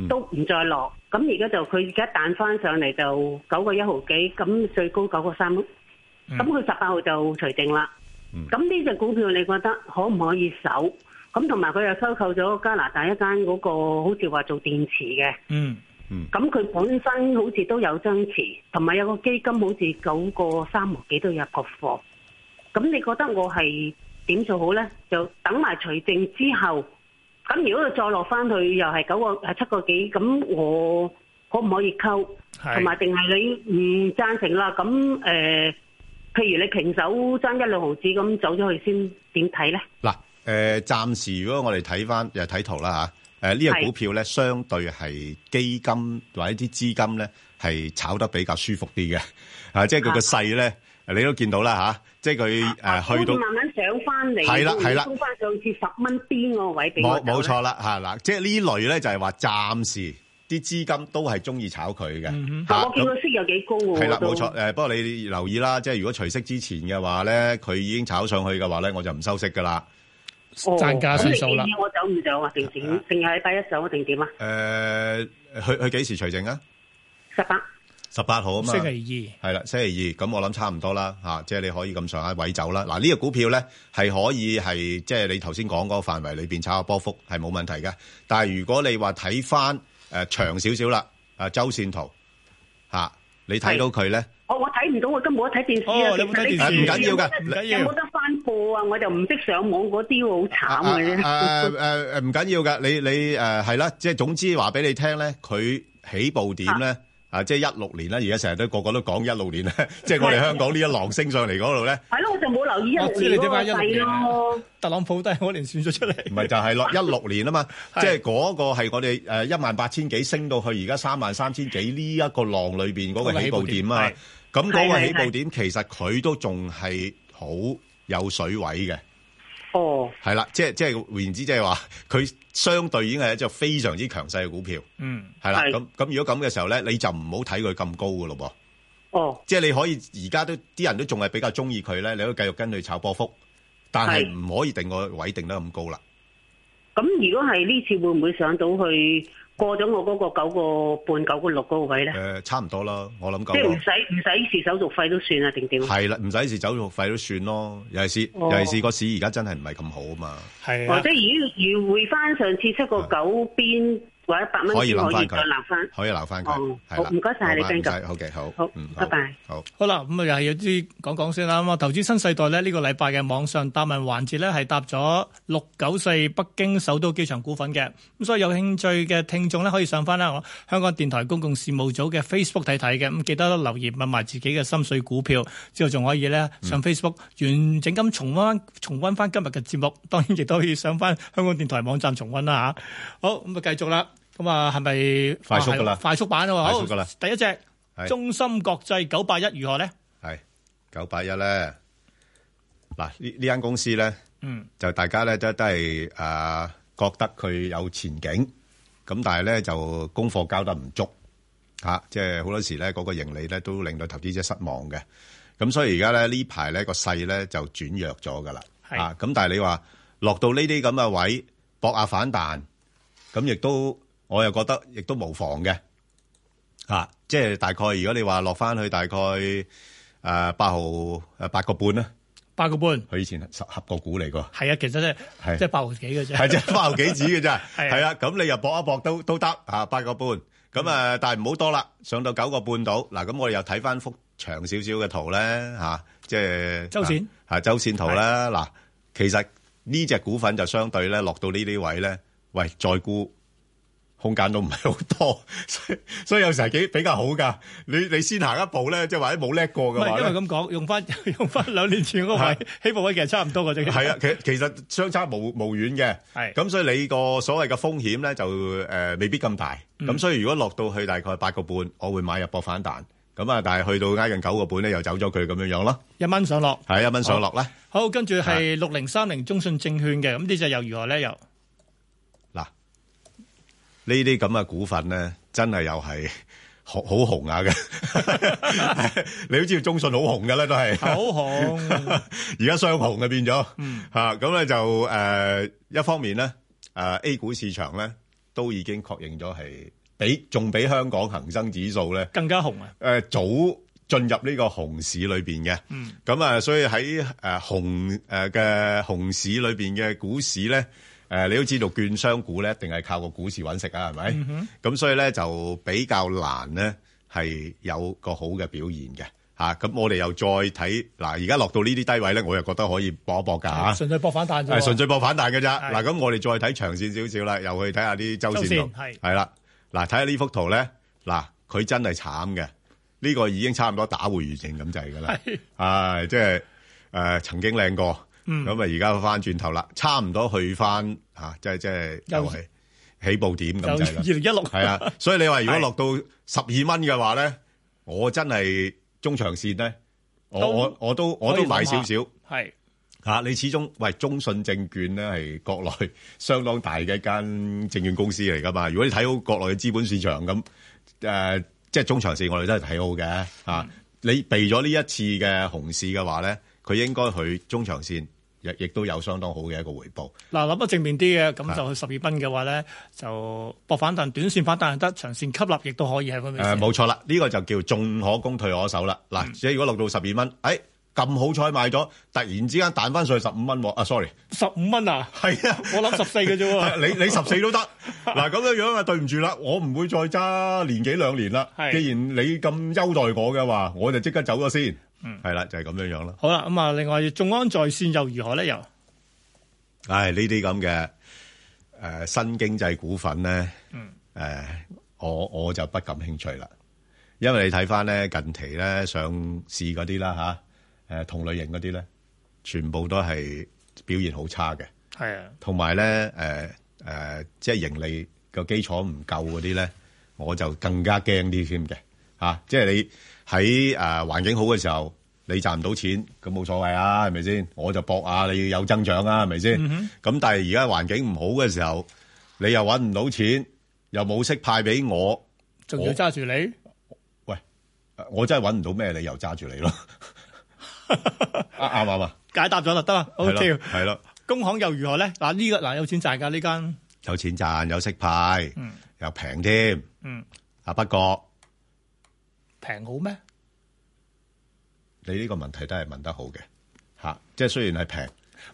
[SPEAKER 9] 都唔再落。咁而家就佢而家彈翻上嚟就九個一毫幾，咁最高九個三。咁佢十八號就除淨啦。咁呢只股票你覺得可唔可以守？咁同埋佢又收購咗加拿大一間嗰個好似話做電池嘅。
[SPEAKER 4] 嗯。
[SPEAKER 9] 咁佢本身好似都有增持，同埋有個基金好似九個三毫幾都有個貨。咁你覺得我係點做好呢？就等埋除證之後，咁如果佢再落翻去又係九個係七個幾，咁我可唔可以溝？
[SPEAKER 4] 係
[SPEAKER 9] 同埋定係你唔贊成啦？咁誒、呃譬如你平手爭一兩毫子咁走咗去先，點睇呢？
[SPEAKER 3] 嗱，誒、呃暫時如果我哋睇翻又睇圖啦嚇，誒、呃呢、個
[SPEAKER 9] 係
[SPEAKER 3] 股票咧，相對係基金或者啲資
[SPEAKER 9] 啊
[SPEAKER 3] 金咧係炒得比較舒服啲嘅，啊，即係佢個勢咧，你都見到啦即係佢誒去到
[SPEAKER 9] 好似慢慢上翻嚟，
[SPEAKER 3] 係啦係啦
[SPEAKER 9] 高翻上次十蚊邊個位俾我
[SPEAKER 3] 冇
[SPEAKER 9] 走呢
[SPEAKER 3] 冇錯啦，嚇嗱，即係呢類咧就係話暫時啲資金都係中意炒佢
[SPEAKER 4] 嗯
[SPEAKER 3] 嘅嚇
[SPEAKER 9] 但我見佢息有幾高喎，
[SPEAKER 3] 啊係啦，
[SPEAKER 9] 都
[SPEAKER 3] 冇錯。。呃誒，不過你留意啦，即係如果除息之前嘅話咧，佢已經炒上去嘅話咧，我就唔收息噶啦。
[SPEAKER 9] 賺
[SPEAKER 3] 價算數啦
[SPEAKER 9] 哦咁你建議我走唔走啊？定點？定係禮拜一走定點啊？
[SPEAKER 3] 誒，佢佢呃幾時除淨啊？
[SPEAKER 9] 十八。
[SPEAKER 3] 十八號啊嘛，
[SPEAKER 4] 星期
[SPEAKER 3] 二係啦，星期二咁我諗差唔多啦嚇、即係你可以咁上下位走啦。嗱、呢、個股票咧係可以係即係你頭先講嗰個範圍裏邊炒下波幅係冇問題嘅。但係如果你話睇翻誒長少少啦，誒、周線圖嚇、你睇到佢咧，
[SPEAKER 9] 哦我我睇唔到，我都冇得睇電視
[SPEAKER 3] 哦
[SPEAKER 9] 啊！
[SPEAKER 3] 你
[SPEAKER 9] 其
[SPEAKER 3] 冇睇電
[SPEAKER 9] 實
[SPEAKER 3] 視
[SPEAKER 9] 你
[SPEAKER 3] 唔緊要㗎
[SPEAKER 9] 有
[SPEAKER 3] 唔緊要啊
[SPEAKER 9] 冇得有冇得翻播啊？我就唔識上網嗰啲喎，好慘嘅
[SPEAKER 3] 誒誒
[SPEAKER 9] 啫。
[SPEAKER 3] 誒呃唔緊要㗎，你你誒係啦，即係總之話俾你聽咧，佢起步點咧。啊，即係一六年啦，而家成日都個個都講一六年咧， [laughs] 即係我哋香港呢一浪升上嚟嗰度咧，
[SPEAKER 9] 係咯，我就冇留意一
[SPEAKER 4] 我知你
[SPEAKER 9] 六年
[SPEAKER 4] 點
[SPEAKER 9] 嗰
[SPEAKER 4] 解一
[SPEAKER 9] 個
[SPEAKER 4] 六
[SPEAKER 9] 勢
[SPEAKER 4] 年啊
[SPEAKER 9] 咯。
[SPEAKER 4] 特朗普都係嗰年選咗出嚟，
[SPEAKER 3] 唔係就係咯，一六年啊嘛，即 [laughs] 係嗰個係我哋誒一萬八千幾升到去而家三萬三千幾呢一個浪裏邊嗰個起步點啊，咁嗰個起步點其實佢都仲係好有水位嘅。
[SPEAKER 9] 哦，
[SPEAKER 3] 係啦，即係即係換言之，即係話佢相對已經係一隻非常之強勢嘅股票。
[SPEAKER 4] 嗯，
[SPEAKER 3] 係啦，咁咁如果咁嘅時候咧，你就唔好睇佢咁高嘅咯噃。
[SPEAKER 9] 哦，
[SPEAKER 3] 即係你可以而家都啲人都仲係比較中意佢咧，你都繼續跟佢炒波幅，但係
[SPEAKER 9] 係
[SPEAKER 3] 唔可以定個位定得咁高啦。
[SPEAKER 9] 咁如果係呢次會唔會上到去過咗我嗰個九個半、九個六嗰個位咧？
[SPEAKER 3] 誒，差唔多啦，我諗
[SPEAKER 9] 即係
[SPEAKER 3] 咁
[SPEAKER 9] 唔。使唔使蝕手續費都算啊？定點啊？
[SPEAKER 3] 係啦，唔使是走路費都算咯。尤其是、
[SPEAKER 9] 哦
[SPEAKER 3] 尤其是個市而家真係唔係咁好啊嘛。
[SPEAKER 4] 係
[SPEAKER 9] 或者如果如回翻上次七個九邊或者八蚊
[SPEAKER 3] 可以
[SPEAKER 9] 先可
[SPEAKER 3] 留
[SPEAKER 9] 以
[SPEAKER 3] 翻
[SPEAKER 9] 再
[SPEAKER 3] 佢，
[SPEAKER 9] 鬧翻。
[SPEAKER 3] 可以留翻佢。
[SPEAKER 9] 哦
[SPEAKER 3] 係
[SPEAKER 9] 好
[SPEAKER 3] 啦
[SPEAKER 9] 唔該晒你
[SPEAKER 3] 好嘛唔
[SPEAKER 9] Ben 哥
[SPEAKER 3] 使好嘅，好。
[SPEAKER 9] 好
[SPEAKER 3] 嗯，
[SPEAKER 9] 拜拜。
[SPEAKER 3] 好。
[SPEAKER 4] 好啦，咁啊又係有啲講講先啦。咁啊，投資新世代咧呢、呢個禮拜嘅網上答問環節咧係答咗六九四北京首都機場股份嘅，咁所以有興趣嘅聽眾咧可以上翻啦我香港電台公共事務組嘅 Facebook 睇睇嘅，咁記得留言問埋自己嘅心水股票，之後仲可以咧
[SPEAKER 3] 嗯
[SPEAKER 4] 上 Facebook 完整咁重温重温翻今日嘅節目，當然亦都可以上翻香港電台網站重温啦吓。好，咁啊繼續啦，咁啊係咪
[SPEAKER 3] 快速㗎啦
[SPEAKER 4] 啊係快速版啊嘛，
[SPEAKER 3] 快
[SPEAKER 4] 好
[SPEAKER 3] 速㗎啦
[SPEAKER 4] 第一隻
[SPEAKER 3] 係
[SPEAKER 4] 中芯國際九八一如何咧？
[SPEAKER 3] 係九八一咧，嗱呢呢間公司咧，
[SPEAKER 4] 嗯，
[SPEAKER 3] 就大家咧都都係誒、呃、覺得佢有前景，咁但係咧就功課交得唔足嚇、啊即係好多時咧嗰、個盈利咧都令到投資者失望嘅。咁所以而家咧呢排咧個勢咧就轉弱咗㗎啦，
[SPEAKER 12] 係
[SPEAKER 3] 啊咁但係你話落到呢啲咁嘅位搏下反彈，咁亦都我又覺得亦都無妨嘅。啊，即係大概如果你話落翻去大概誒八毫誒八個半
[SPEAKER 4] [laughs]
[SPEAKER 3] 啦，
[SPEAKER 4] 八個半，
[SPEAKER 3] 佢以前十合個股嚟㗎，
[SPEAKER 4] 係啊，其實咧
[SPEAKER 3] 係
[SPEAKER 4] 即係八毫幾嘅啫，
[SPEAKER 3] 係即係八毫幾子嘅咋，
[SPEAKER 4] [laughs] 係啊
[SPEAKER 3] 係啊，咁你又搏一搏都都得啊，八個半，咁啊，但係唔好多啦，上到九個半到，嗱，咁我哋又睇翻幅長少少嘅圖咧，嚇，即係
[SPEAKER 4] 周線
[SPEAKER 3] 啊，周線圖啦，嗱，其實呢只股份就相對咧落到呢啲位咧，喂，再估。空間都唔係好多，所以所以有時係幾比較好㗎。你你先行一步咧，即係或者冇叻過
[SPEAKER 4] 唔
[SPEAKER 3] 嘅話
[SPEAKER 4] 係
[SPEAKER 3] 呢
[SPEAKER 4] 因為咁講，用翻 [laughs] 用翻兩年前嗰個位起步位其實差唔多嘅啫。
[SPEAKER 3] 係啊，其其實相差無無遠嘅，
[SPEAKER 4] 係
[SPEAKER 3] 咁所以你個所謂嘅風險咧就誒、呃未必咁大，咁、
[SPEAKER 4] 嗯
[SPEAKER 3] 所以如果落到去大概八個半，我會買入博反彈，咁啊，但係去到挨近九個半咧又走咗佢咁樣樣咯，
[SPEAKER 4] 一蚊上落，
[SPEAKER 3] 係一蚊上落啦。
[SPEAKER 4] 好，跟住係六零三零中信證券嘅，咁呢只又如何咧？又
[SPEAKER 3] 呢啲咁嘅股份咧，真係又係好好紅
[SPEAKER 4] [laughs]
[SPEAKER 3] 下嘅。你都知道中信好紅㗎啦，都係
[SPEAKER 4] 好紅，
[SPEAKER 3] [laughs] 而家雙紅嘅變咗。
[SPEAKER 4] 嗯
[SPEAKER 3] 嚇咁咧就誒、呃一方面咧誒、呃 A 股市場咧都已經確認咗係比仲比香港恒生指數咧
[SPEAKER 4] 更加紅啊！
[SPEAKER 3] 誒、呃早進入呢個熊市裏邊嘅。
[SPEAKER 4] 嗯
[SPEAKER 3] 咁啊，所以喺誒熊誒嘅熊市裏邊嘅股市咧，誒、你都知道券商股咧，一定係靠個股市揾食啊，係咪？
[SPEAKER 4] 嗯哼
[SPEAKER 3] 咁所以咧就比較難咧係有個好嘅表現嘅嚇。咁、我哋又再睇嗱，而家落到呢啲低位咧，我又覺得可以搏一搏㗎嚇。
[SPEAKER 4] 純粹搏反彈啫
[SPEAKER 3] 係
[SPEAKER 4] 喎。
[SPEAKER 3] 純粹搏反彈嘅咋。
[SPEAKER 4] 係
[SPEAKER 3] 嗱，咁我哋再睇長線少少啦，又去睇下啲周線
[SPEAKER 4] 周
[SPEAKER 3] 圖
[SPEAKER 4] 線，係
[SPEAKER 3] 係啦。嗱，睇下呢幅圖咧，嗱，佢真係慘嘅，呢個已經差唔多打回原形咁滯㗎啦。
[SPEAKER 4] 係
[SPEAKER 3] 啊，即係誒曾經靚過，
[SPEAKER 4] 嗯
[SPEAKER 3] 咁啊而家翻轉頭啦，差唔多去翻嚇，即係即係
[SPEAKER 4] 又
[SPEAKER 3] 又係起步點咁
[SPEAKER 4] 就
[SPEAKER 3] 滯啦。
[SPEAKER 4] 2016
[SPEAKER 3] 係啊，所以你話如果
[SPEAKER 4] [laughs] 係
[SPEAKER 3] 落到十二蚊嘅話咧，我真係中長線咧，我我我都我都買少少。
[SPEAKER 4] 係
[SPEAKER 3] 嚇、啊你始終喂中信證券咧係國內 [laughs] 相當大嘅一間證券公司嚟噶嘛。如果你睇好國內嘅資本市場咁，誒、即係中長線我哋都係睇好嘅嚇。你避咗呢一次嘅熊市嘅話咧，佢應該佢中長線亦亦都有相當好嘅一個回報。
[SPEAKER 4] 嗱，諗得正面啲嘅，咁就去十二蚊嘅話咧，就搏反彈，短線反彈又得，長線吸納亦都可以係咪
[SPEAKER 3] 誒
[SPEAKER 4] 先？
[SPEAKER 3] 冇錯啦，呢、個就叫進可攻退可守啦。嗱、即係如果落到十二蚊，誒咁好彩買咗，突然之間彈翻上去十五蚊喎。啊，sorry，
[SPEAKER 4] 十五蚊啊，
[SPEAKER 3] 係啊，
[SPEAKER 4] 我諗十四嘅啫喎
[SPEAKER 3] [laughs] 你你十四都得。嗱咁樣樣啊，對唔住啦，我唔會再揸年幾兩年啦。
[SPEAKER 4] 係
[SPEAKER 3] 既然你咁優待我嘅話，我就即刻走咗先。係啦，就係咁樣樣啦。
[SPEAKER 4] 好啦，咁啊，另外眾安在線又如何咧？又
[SPEAKER 3] 唉，呢啲咁嘅誒新經濟股份咧，誒、我我就不感興趣啦，因為你睇翻咧近期咧上市嗰啲啦吓，誒、同類型嗰啲咧，全部都係表現好差嘅，
[SPEAKER 4] 係啊，
[SPEAKER 3] 同埋咧誒誒，即係盈利個基礎唔夠嗰啲咧，我就更加驚啲添嘅嚇，即係你喺誒、呃、環境好嘅時候。你賺唔到錢咁冇所謂啊，係咪先？我就搏啊，你有增長啊，係咪先？咁、
[SPEAKER 12] 嗯
[SPEAKER 3] 但係而家環境唔好嘅時候，你又揾唔到錢，又冇息派俾我，
[SPEAKER 4] 仲要揸住你？
[SPEAKER 3] 我我真係揾唔到咩理由揸住你咯。啱啱啱
[SPEAKER 4] [laughs]
[SPEAKER 3] 啊？
[SPEAKER 4] 解答咗就得啦。
[SPEAKER 3] 係
[SPEAKER 4] O
[SPEAKER 3] 咯
[SPEAKER 4] K，
[SPEAKER 3] 係咯，
[SPEAKER 4] 工行又如何咧？嗱，呢個嗱有錢賺㗎呢間，
[SPEAKER 3] 有錢賺，有息派，
[SPEAKER 4] 嗯
[SPEAKER 3] 又平添。
[SPEAKER 4] 嗯，
[SPEAKER 3] 啊，不過
[SPEAKER 4] 平好咩？
[SPEAKER 3] 你呢個問題都係問得好嘅嚇、即係雖然係平，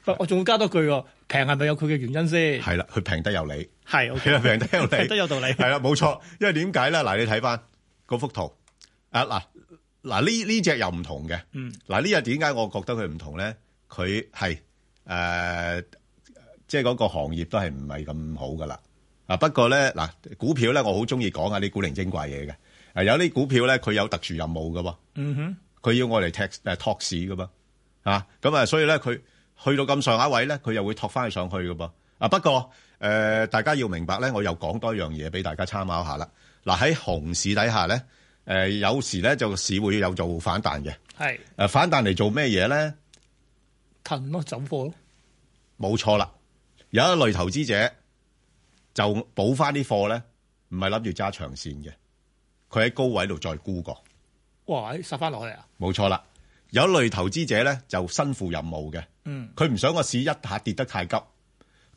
[SPEAKER 4] 不，我仲要加多句喎，平係咪有佢嘅原因先？
[SPEAKER 3] 係啦，佢平得有理。
[SPEAKER 4] 係
[SPEAKER 3] 係啦，[laughs]
[SPEAKER 4] ，OK，
[SPEAKER 3] 平得有理，
[SPEAKER 4] 平得
[SPEAKER 3] [laughs]
[SPEAKER 4] 有道理。
[SPEAKER 3] 係啦，冇錯。因為點解咧？嗱，你睇翻嗰幅圖啊，嗱嗱呢呢只又唔同嘅。
[SPEAKER 4] 嗯，
[SPEAKER 3] 嗱呢日點解我覺得佢唔同咧？佢係誒，即係嗰個行業都係唔係咁好噶啦。啊，不過咧嗱，股票咧我好中意講下啲古靈精怪嘢嘅。啊，有啲股票咧佢有特殊任務噶喎。
[SPEAKER 4] 嗯哼，
[SPEAKER 3] 佢要我嚟踢誒托市噶嘛，啊咁啊，所以咧佢去到咁上下位咧，佢又會托翻佢上去噶噃。啊不過誒、呃大家要明白咧，我又講多一樣嘢俾大家參考下啦。嗱、喺熊市底下咧，誒、有時咧就市會有做反彈嘅。誒、啊
[SPEAKER 4] 係
[SPEAKER 3] 反彈嚟做咩嘢咧？
[SPEAKER 4] 騰咯，走貨咯。
[SPEAKER 3] 冇錯啦，有一類投資者就補翻啲貨咧，唔係諗住揸長線嘅，佢喺高位度再沽過。
[SPEAKER 4] 哇！咦殺翻落去啊！
[SPEAKER 3] 冇錯啦，有一類投資者咧就身負任務嘅。
[SPEAKER 4] 嗯，
[SPEAKER 3] 佢唔想個市一下跌得太急，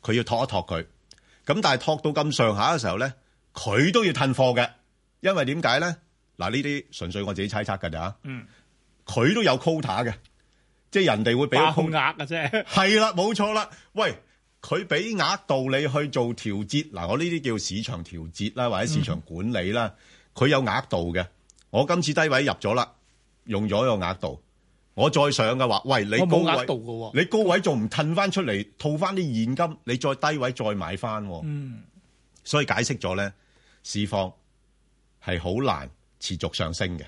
[SPEAKER 3] 佢要托一托佢。咁但係托到咁上下嘅時候咧，佢都要褪貨嘅，因為點解咧？嗱，呢啲純粹我自己猜測㗎咋，
[SPEAKER 4] 嗯，
[SPEAKER 3] 佢都有 quota 嘅，即係人哋會俾個
[SPEAKER 4] 爆
[SPEAKER 3] quota
[SPEAKER 4] 額啊，啫。
[SPEAKER 3] 係啦，冇錯啦。喂，佢俾額度你去做調節，嗱，我呢啲叫市場調節啦，或者市場管理
[SPEAKER 4] 嗯
[SPEAKER 3] 啦，佢、有額度嘅。我今次低位入咗啦，用咗個額度，我再上嘅話，喂，你
[SPEAKER 4] 我
[SPEAKER 3] 高
[SPEAKER 4] 冇
[SPEAKER 3] 位
[SPEAKER 4] 額度㗎喎
[SPEAKER 3] 你高位仲唔褪翻出嚟套翻啲現金，你再低位再買翻、喎。
[SPEAKER 4] 嗯，
[SPEAKER 3] 所以解釋咗咧，市況係好難持續上升嘅。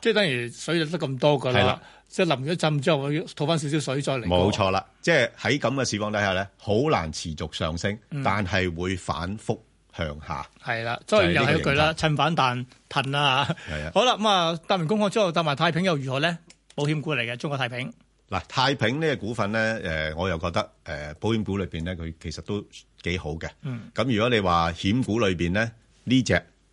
[SPEAKER 4] 即係等於水就得咁多㗎
[SPEAKER 3] 係
[SPEAKER 4] 啦
[SPEAKER 3] 啦，
[SPEAKER 4] 即係淋咗浸之後，我要吐翻少少水再嚟。
[SPEAKER 3] 冇錯，啦，即係喺咁嘅市況底下咧，好難持續上升，
[SPEAKER 4] 嗯
[SPEAKER 3] 但係會反覆向下。
[SPEAKER 4] 係啦，所以又係一句啦，趁反彈騰啦嚇。
[SPEAKER 3] 係啊，
[SPEAKER 4] 好啦，咁啊，搭完工行之後，搭埋太平又如何咧？保險股嚟嘅，中國太平。
[SPEAKER 3] 嗱，太平呢個股份咧，誒、我又覺得誒、保險股裏邊咧，佢其實都幾好嘅。
[SPEAKER 4] 嗯，
[SPEAKER 3] 咁如果你話險股裏邊咧，呢只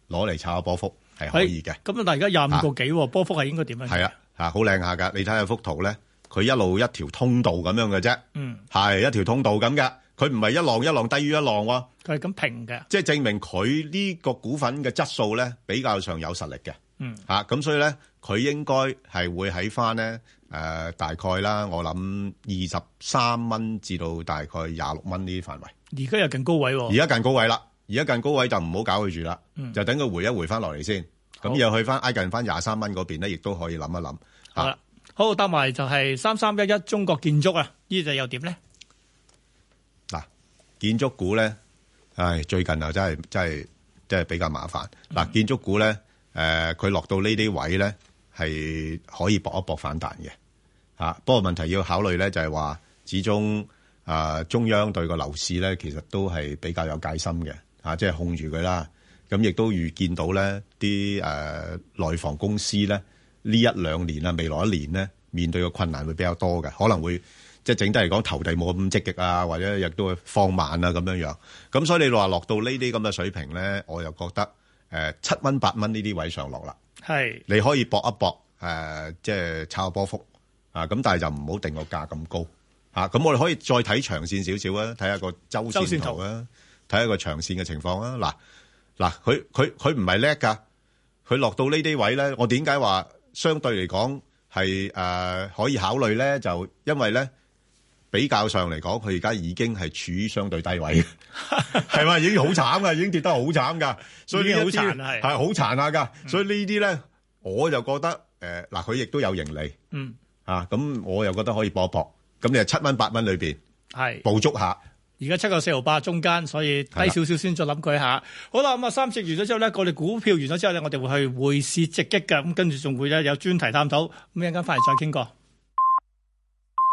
[SPEAKER 3] 攞嚟炒下波幅係可以嘅，
[SPEAKER 4] 咁啊，但係而家廿五個幾喎，波幅係應該點樣？
[SPEAKER 3] 係啊，嚇好靚下㗎。你睇下幅圖咧，佢一路一條通道咁樣嘅啫，
[SPEAKER 4] 嗯，
[SPEAKER 3] 係一條通道咁嘅，佢唔係一浪一浪低於一浪喎。
[SPEAKER 4] 佢係咁平嘅。
[SPEAKER 3] 即係證明佢呢個股份嘅質素咧比較上有實力嘅，
[SPEAKER 4] 嗯
[SPEAKER 3] 嚇咁、所以咧佢應該係會喺翻咧誒大概啦，我諗二十三蚊至到大概廿六蚊呢啲範圍。
[SPEAKER 4] 而家又近高位喎。
[SPEAKER 3] 而家近高位啦，而家近高位就唔好搞佢住啦，
[SPEAKER 4] 哦嗯
[SPEAKER 3] 就等佢回一回翻落嚟先，
[SPEAKER 4] 好
[SPEAKER 3] 咁又去翻挨近翻廿三蚊嗰邊咧，亦都可以諗一諗。
[SPEAKER 4] 好啦，好搭埋就係三三一一中國建築啊，呢只又點咧？
[SPEAKER 3] 嗱，建築股咧，唉，最近啊，真係真係真係比較麻煩。嗱、建築股咧，誒、佢落到呢啲位咧，係可以搏一搏反彈嘅嚇、啊不過問題要考慮咧，就係話，始終啊、中央對個樓市咧，其實都係比較有戒心嘅嚇、啊即係控住佢啦。咁亦都預見到咧，啲誒內房公司咧，誒、呢一兩年啊，未來一年咧，面對嘅困難會比較多嘅，可能會即係整體嚟講投地冇咁積極啊，或者亦都會放慢啊咁樣樣。咁所以你話落到呢啲咁嘅水平咧，我又覺得誒七蚊八蚊呢啲位上落啦，
[SPEAKER 4] 係
[SPEAKER 3] 你可以搏一搏誒、呃即係炒下波幅啊，咁但係就唔好定個價咁高啊。咁我哋可以再睇長線少少啊，睇下個周
[SPEAKER 4] 周線
[SPEAKER 3] 線圖啊，睇下個長線嘅情況啊。嗱。嗱，佢佢佢唔係叻㗎，佢落到呢啲位咧，我點解話相對嚟講係誒可以考慮咧？就因為咧比較上嚟講，佢而家已經係處於相對低
[SPEAKER 4] [laughs]
[SPEAKER 3] 位，係嘛？已經好慘㗎，已經跌得好慘㗎，所以呢一
[SPEAKER 4] 已經好
[SPEAKER 3] 啲
[SPEAKER 4] 殘啦係嗯
[SPEAKER 3] 係好殘下㗎，所以呢啲咧我就覺得誒嗱，佢、亦都有盈利
[SPEAKER 4] 嗯，
[SPEAKER 3] 啊，咁我又覺得可以搏一搏，咁你係七蚊八蚊裏邊
[SPEAKER 4] 係。
[SPEAKER 3] 捕捉下。
[SPEAKER 4] 而家七個四毫八中間，所以低少少先再諗佢下。好啦，咁啊三隻完咗之後咧，我哋股票完咗之後咧，我哋會去匯市直擊嘅，咁跟住仲會咧有專題探討。咁一陣間翻嚟再傾過。